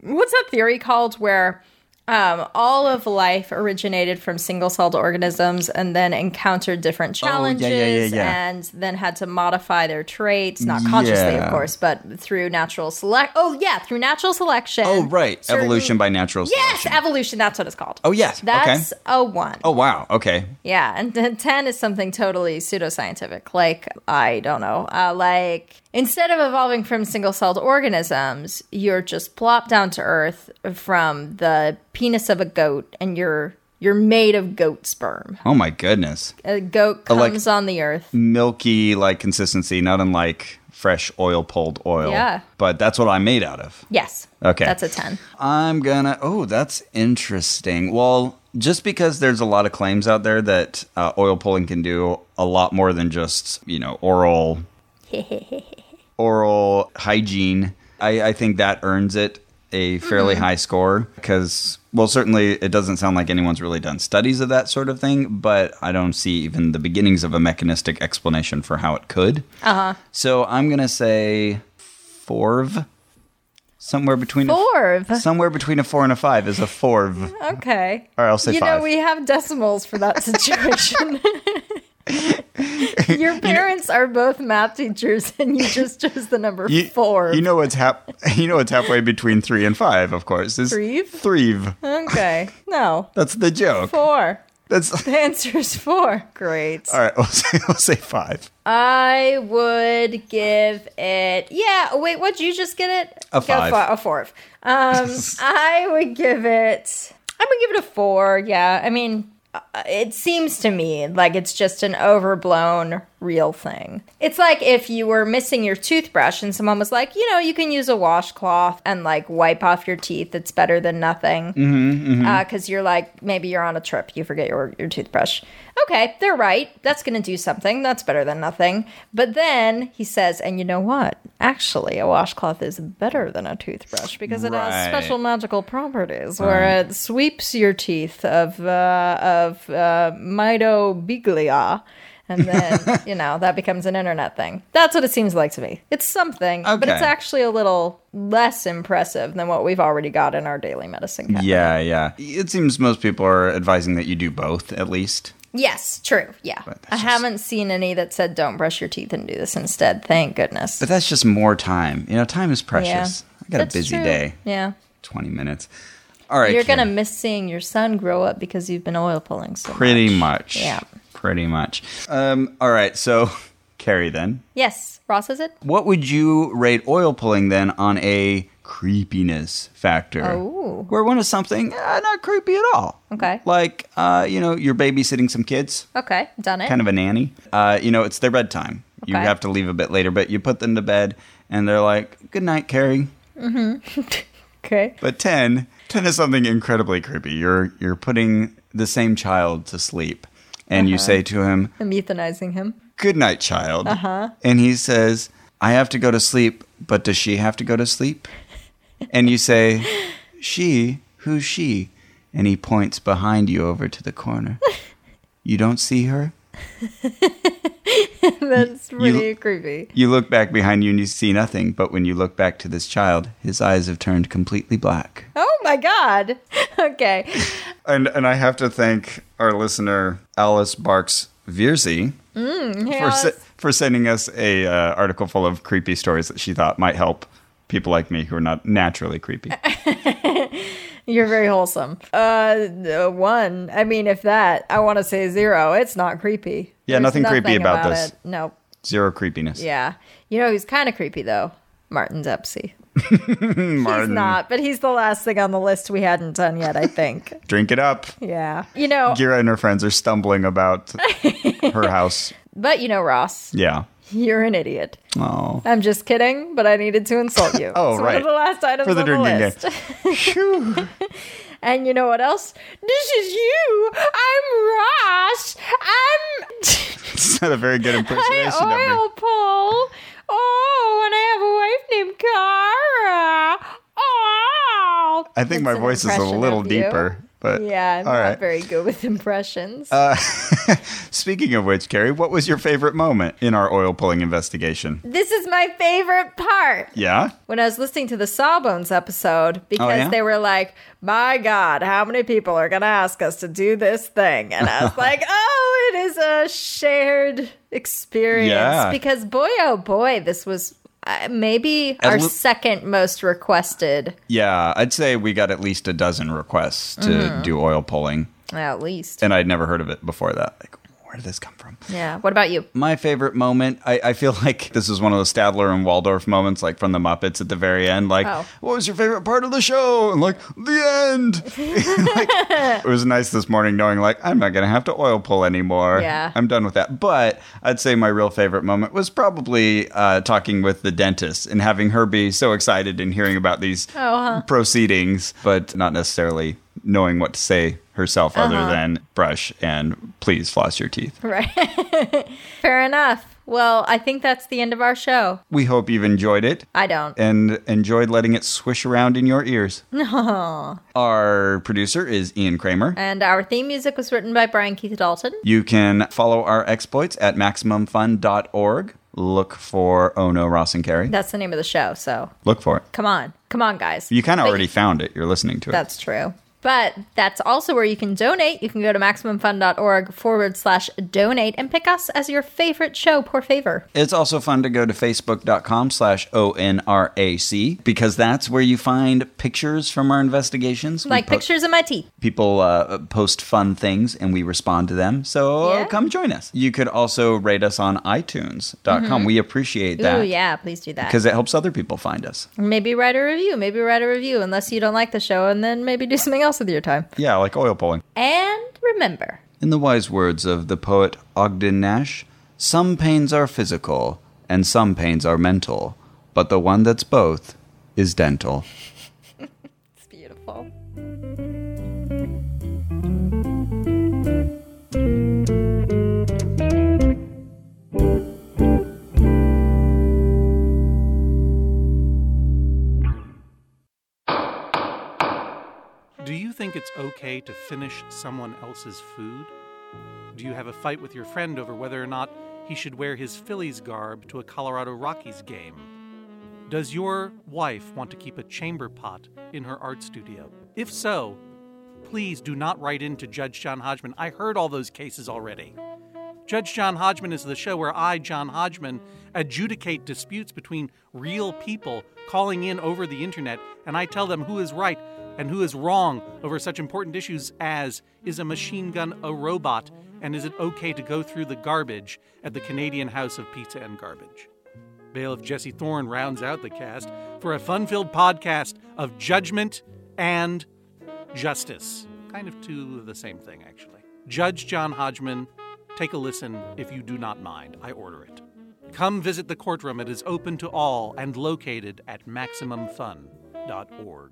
[SPEAKER 1] what's that theory called where um, all of life originated from single celled organisms and then encountered different
[SPEAKER 2] Oh, yeah, yeah, yeah,
[SPEAKER 1] challenges
[SPEAKER 2] yeah.
[SPEAKER 1] and then had to modify their traits, not consciously,
[SPEAKER 2] Yeah.
[SPEAKER 1] of course, but through natural select. Oh, yeah, through natural selection.
[SPEAKER 2] Oh, right.
[SPEAKER 1] certain-
[SPEAKER 2] Evolution by natural
[SPEAKER 1] Yes,
[SPEAKER 2] selection.
[SPEAKER 1] evolution. That's what it's called.
[SPEAKER 2] Oh, yes. Okay.
[SPEAKER 1] That's a one.
[SPEAKER 2] oh, wow. Okay.
[SPEAKER 1] Yeah, and then 10 is something totally pseudoscientific. Like, I don't know, uh, like instead of evolving from single celled organisms, you're just plopped down to earth from the penis of a goat and you're. You're made of goat sperm.
[SPEAKER 2] Oh my goodness.
[SPEAKER 1] A goat
[SPEAKER 2] like-
[SPEAKER 1] comes on the earth.
[SPEAKER 2] Milky like consistency, not unlike fresh oil pulled oil.
[SPEAKER 1] Yeah.
[SPEAKER 2] But that's what I'm made out of.
[SPEAKER 1] Yes.
[SPEAKER 2] Okay.
[SPEAKER 1] That's a 10.
[SPEAKER 2] I'm gonna oh, that's interesting. Well, just because there's a lot of claims out there that uh, oil pulling can do a lot more than just, you know, oral oral hygiene, I, I think that earns it a fairly high score because, well, certainly it doesn't sound like anyone's really done studies of that sort of thing, but I don't see even the beginnings of a mechanistic explanation for how it could. Uh huh. So I'm going to say forv. Somewhere between A,
[SPEAKER 1] Forv?
[SPEAKER 2] somewhere between a four and a five is a forv.
[SPEAKER 1] Okay.
[SPEAKER 2] All right, I'll say
[SPEAKER 1] you
[SPEAKER 2] five.
[SPEAKER 1] know, we have decimals for that situation. Your parents are both math teachers, and you just chose the number
[SPEAKER 2] You-
[SPEAKER 1] four.
[SPEAKER 2] You know what's hap- You know what's halfway between three and five. Of course, is
[SPEAKER 1] Threeve?
[SPEAKER 2] Threeve.
[SPEAKER 1] Okay. No.
[SPEAKER 2] That's the joke.
[SPEAKER 1] Four.
[SPEAKER 2] That's
[SPEAKER 1] The answer is four. Great.
[SPEAKER 2] All right, we'll say, we'll say five.
[SPEAKER 1] I would give it. Yeah. oh, Wait. What'd you just get it?
[SPEAKER 2] A
[SPEAKER 1] Go
[SPEAKER 2] five.
[SPEAKER 1] fo- a four. Um, I would give it. I would give it a four. Yeah. I mean, uh, it seems to me like it's just an overblown real thing. It's like if you were missing your toothbrush and someone was like, you know, you can use a washcloth and like wipe off your teeth. It's better than nothing.
[SPEAKER 2] Mm-hmm.
[SPEAKER 1] because Uh, you're like maybe you're on a trip, you forget your your toothbrush. Okay, they're right. That's gonna do something. That's better than nothing. But then he says, and you know what? Actually, a washcloth is better than a toothbrush because it has
[SPEAKER 2] Right.
[SPEAKER 1] special magical properties where it sweeps your teeth of uh, of uh, mitobiglia. And then, you know, that becomes an internet thing. That's what it seems like to me. It's something, but it's
[SPEAKER 2] Okay.
[SPEAKER 1] actually a little less impressive than what we've already got in our daily medicine. cabinet.
[SPEAKER 2] Yeah, yeah. It seems most people are advising that you do both at least.
[SPEAKER 1] Yes, true. Yeah.
[SPEAKER 2] that's
[SPEAKER 1] I
[SPEAKER 2] just-
[SPEAKER 1] haven't seen any that said don't brush your teeth and do this instead. Thank goodness.
[SPEAKER 2] But that's just more time. You know, time is
[SPEAKER 1] yeah.
[SPEAKER 2] precious. I got
[SPEAKER 1] That's
[SPEAKER 2] a busy
[SPEAKER 1] true.
[SPEAKER 2] day.
[SPEAKER 1] Yeah.
[SPEAKER 2] 20 minutes. All right,
[SPEAKER 1] You're going to
[SPEAKER 2] Karen.
[SPEAKER 1] miss seeing your son grow up because you've been oil pulling so
[SPEAKER 2] Pretty
[SPEAKER 1] much.
[SPEAKER 2] much.
[SPEAKER 1] Yeah.
[SPEAKER 2] Pretty much. Um, all right. So, Carrie, then,
[SPEAKER 1] Yes. Ross is it?
[SPEAKER 2] what would you rate oil pulling then on a creepiness factor?
[SPEAKER 1] Oh.
[SPEAKER 2] Where one is something uh, not creepy at all.
[SPEAKER 1] Okay.
[SPEAKER 2] Like, uh, you know, you're babysitting some kids,
[SPEAKER 1] Okay. Done it.
[SPEAKER 2] kind of a nanny. Uh, you know, it's their bedtime. You
[SPEAKER 1] Okay.
[SPEAKER 2] have to leave a bit later, but you put them to bed and they're like, good night, Carrie.
[SPEAKER 1] okay.
[SPEAKER 2] But 10, 10 is something incredibly creepy. You're you're putting the same child to sleep and
[SPEAKER 1] Uh-huh.
[SPEAKER 2] you say to him,
[SPEAKER 1] I'm euthanizing him.
[SPEAKER 2] "Good night, child." Uh-huh. And he says, "I have to go to sleep, but does she have to go to sleep?" And you say, "She, who's she?" And he points behind you over to the corner. You don't see her?
[SPEAKER 1] That's
[SPEAKER 2] You-
[SPEAKER 1] pretty creepy.
[SPEAKER 2] You look back behind you and you see nothing, but when you look back to this child, his eyes have turned completely black.
[SPEAKER 1] Oh my god. Okay.
[SPEAKER 2] And and I have to thank our listener Alice Barks Vierzy
[SPEAKER 1] Hey,
[SPEAKER 2] for se-
[SPEAKER 1] Alice.
[SPEAKER 2] for sending us a uh, article full of creepy stories that she thought might help people like me who are not naturally creepy.
[SPEAKER 1] You're very wholesome. Uh, uh, one. I mean, if that, I want to say zero. It's not creepy.
[SPEAKER 2] Yeah, nothing creepy about this.
[SPEAKER 1] it. Nope.
[SPEAKER 2] Zero creepiness.
[SPEAKER 1] Yeah. You know, he's kind of creepy though. Martin Zepsi. He's
[SPEAKER 2] Martin,
[SPEAKER 1] not, but he's the last thing on the list we hadn't done yet, I think.
[SPEAKER 2] drink it up.
[SPEAKER 1] yeah. You know,
[SPEAKER 2] Gira and her friends are stumbling about her house.
[SPEAKER 1] but you know, Ross,
[SPEAKER 2] Yeah.
[SPEAKER 1] you're an idiot.
[SPEAKER 2] Oh.
[SPEAKER 1] I'm just kidding, but I needed to insult you.
[SPEAKER 2] Oh,
[SPEAKER 1] it's One
[SPEAKER 2] right.
[SPEAKER 1] of the last items
[SPEAKER 2] For the
[SPEAKER 1] on the
[SPEAKER 2] drinking
[SPEAKER 1] list.
[SPEAKER 2] game. Phew.
[SPEAKER 1] And you know what else? This is you. I'm Ross. I'm.
[SPEAKER 2] It's not a very good impersonation of
[SPEAKER 1] I
[SPEAKER 2] me.
[SPEAKER 1] oil pull. Oh, and I have a wife named Cara. Oh.
[SPEAKER 2] I think
[SPEAKER 1] That's
[SPEAKER 2] my
[SPEAKER 1] an
[SPEAKER 2] voice is a
[SPEAKER 1] impression
[SPEAKER 2] little
[SPEAKER 1] of you.
[SPEAKER 2] deeper, but
[SPEAKER 1] Yeah, I'm
[SPEAKER 2] all
[SPEAKER 1] not
[SPEAKER 2] right. Uh,
[SPEAKER 1] very good with impressions.
[SPEAKER 2] Speaking of which, Carrie, what was your favorite moment in our oil pulling investigation?
[SPEAKER 1] this is my favorite part.
[SPEAKER 2] Yeah?
[SPEAKER 1] When I was listening to the Sawbones episode, because
[SPEAKER 2] Oh, yeah?
[SPEAKER 1] they were like, my God, how many people are going to ask us to do this thing? And I was like, oh, it is a shared experience.
[SPEAKER 2] Yeah.
[SPEAKER 1] Because boy, oh boy, this was uh, maybe
[SPEAKER 2] At
[SPEAKER 1] our
[SPEAKER 2] l-
[SPEAKER 1] second most requested,
[SPEAKER 2] Yeah, I'd say we got at least a dozen requests to
[SPEAKER 1] Mm-hmm.
[SPEAKER 2] do oil pulling,
[SPEAKER 1] at least.
[SPEAKER 2] and I'd never heard of it before that. Like, where did this come from?
[SPEAKER 1] Yeah. What about you?
[SPEAKER 2] My favorite moment, I, I feel like this is one of those Stadler and Waldorf moments, like from the Muppets at the very end. Like,
[SPEAKER 1] Oh.
[SPEAKER 2] what was your favorite part of the show? And like, the end. Like, it was nice this morning knowing, like, I'm not going to have to oil pull anymore.
[SPEAKER 1] Yeah.
[SPEAKER 2] I'm done with that. But I'd say my real favorite moment was probably uh, talking with the dentist and having her be so excited and hearing about these
[SPEAKER 1] Oh, uh-huh.
[SPEAKER 2] proceedings, but not necessarily knowing what to say herself
[SPEAKER 1] Uh-huh.
[SPEAKER 2] other than brush and please floss your teeth.
[SPEAKER 1] Right. Fair enough. Well, I think that's the end of our show.
[SPEAKER 2] We hope you've enjoyed it
[SPEAKER 1] I don't.
[SPEAKER 2] and enjoyed letting it swish around in your ears. Our producer is Ian Kramer.
[SPEAKER 1] And our theme music was written by Brian Keith Dalton.
[SPEAKER 2] You can follow our exploits at MaximumFun.org. Look for Oh No Ross and Carrie.
[SPEAKER 1] That's the name of the show, so
[SPEAKER 2] Look for it.
[SPEAKER 1] come on. Come on, guys.
[SPEAKER 2] You kind of
[SPEAKER 1] But-
[SPEAKER 2] already found it. You're listening to it.
[SPEAKER 1] That's true. But that's also where you can donate. You can go to MaximumFun.org forward slash donate and pick us as your favorite show, por favor.
[SPEAKER 2] It's also fun to go to facebook.com slash ONRAC because that's where you find pictures from our investigations. We
[SPEAKER 1] Like
[SPEAKER 2] po-
[SPEAKER 1] pictures of my teeth.
[SPEAKER 2] People uh, post fun things and we respond to them. So
[SPEAKER 1] Yeah.
[SPEAKER 2] come join us. You could also rate us on iTunes.com. We appreciate
[SPEAKER 1] Mm-hmm. Ooh,
[SPEAKER 2] that.
[SPEAKER 1] yeah, please do that.
[SPEAKER 2] Because it helps other people find us.
[SPEAKER 1] Maybe write a review. Maybe write a review unless you don't like the show and then maybe do something else with your time.
[SPEAKER 2] Yeah, like oil pulling.
[SPEAKER 1] And remember,
[SPEAKER 2] In the wise words of the poet Ogden Nash, some pains are physical and some pains are mental, but the one that's both is dental.
[SPEAKER 1] it's beautiful.
[SPEAKER 5] Do you think it's okay to finish someone else's food? Do you have a fight with your friend over whether or not he should wear his Phillies garb to a Colorado Rockies game? Does your wife want to keep a chamber pot in her art studio? If so, please do not write in to Judge John Hodgman. I heard all those cases already. Judge John Hodgman is the show where I, John Hodgman, adjudicate disputes between real people calling in over the internet, and I tell them who is right and who is wrong over such important issues as is a machine gun a robot and is it okay to go through the garbage at the Canadian House of Pizza and Garbage? Bailiff Jesse Thorne rounds out the cast for a fun filled podcast of judgment and justice. Kind of two of the same thing, actually. Judge John Hodgman, take a listen if you do not mind. I order it. Come visit the courtroom. It is open to all and located at MaximumFun.org.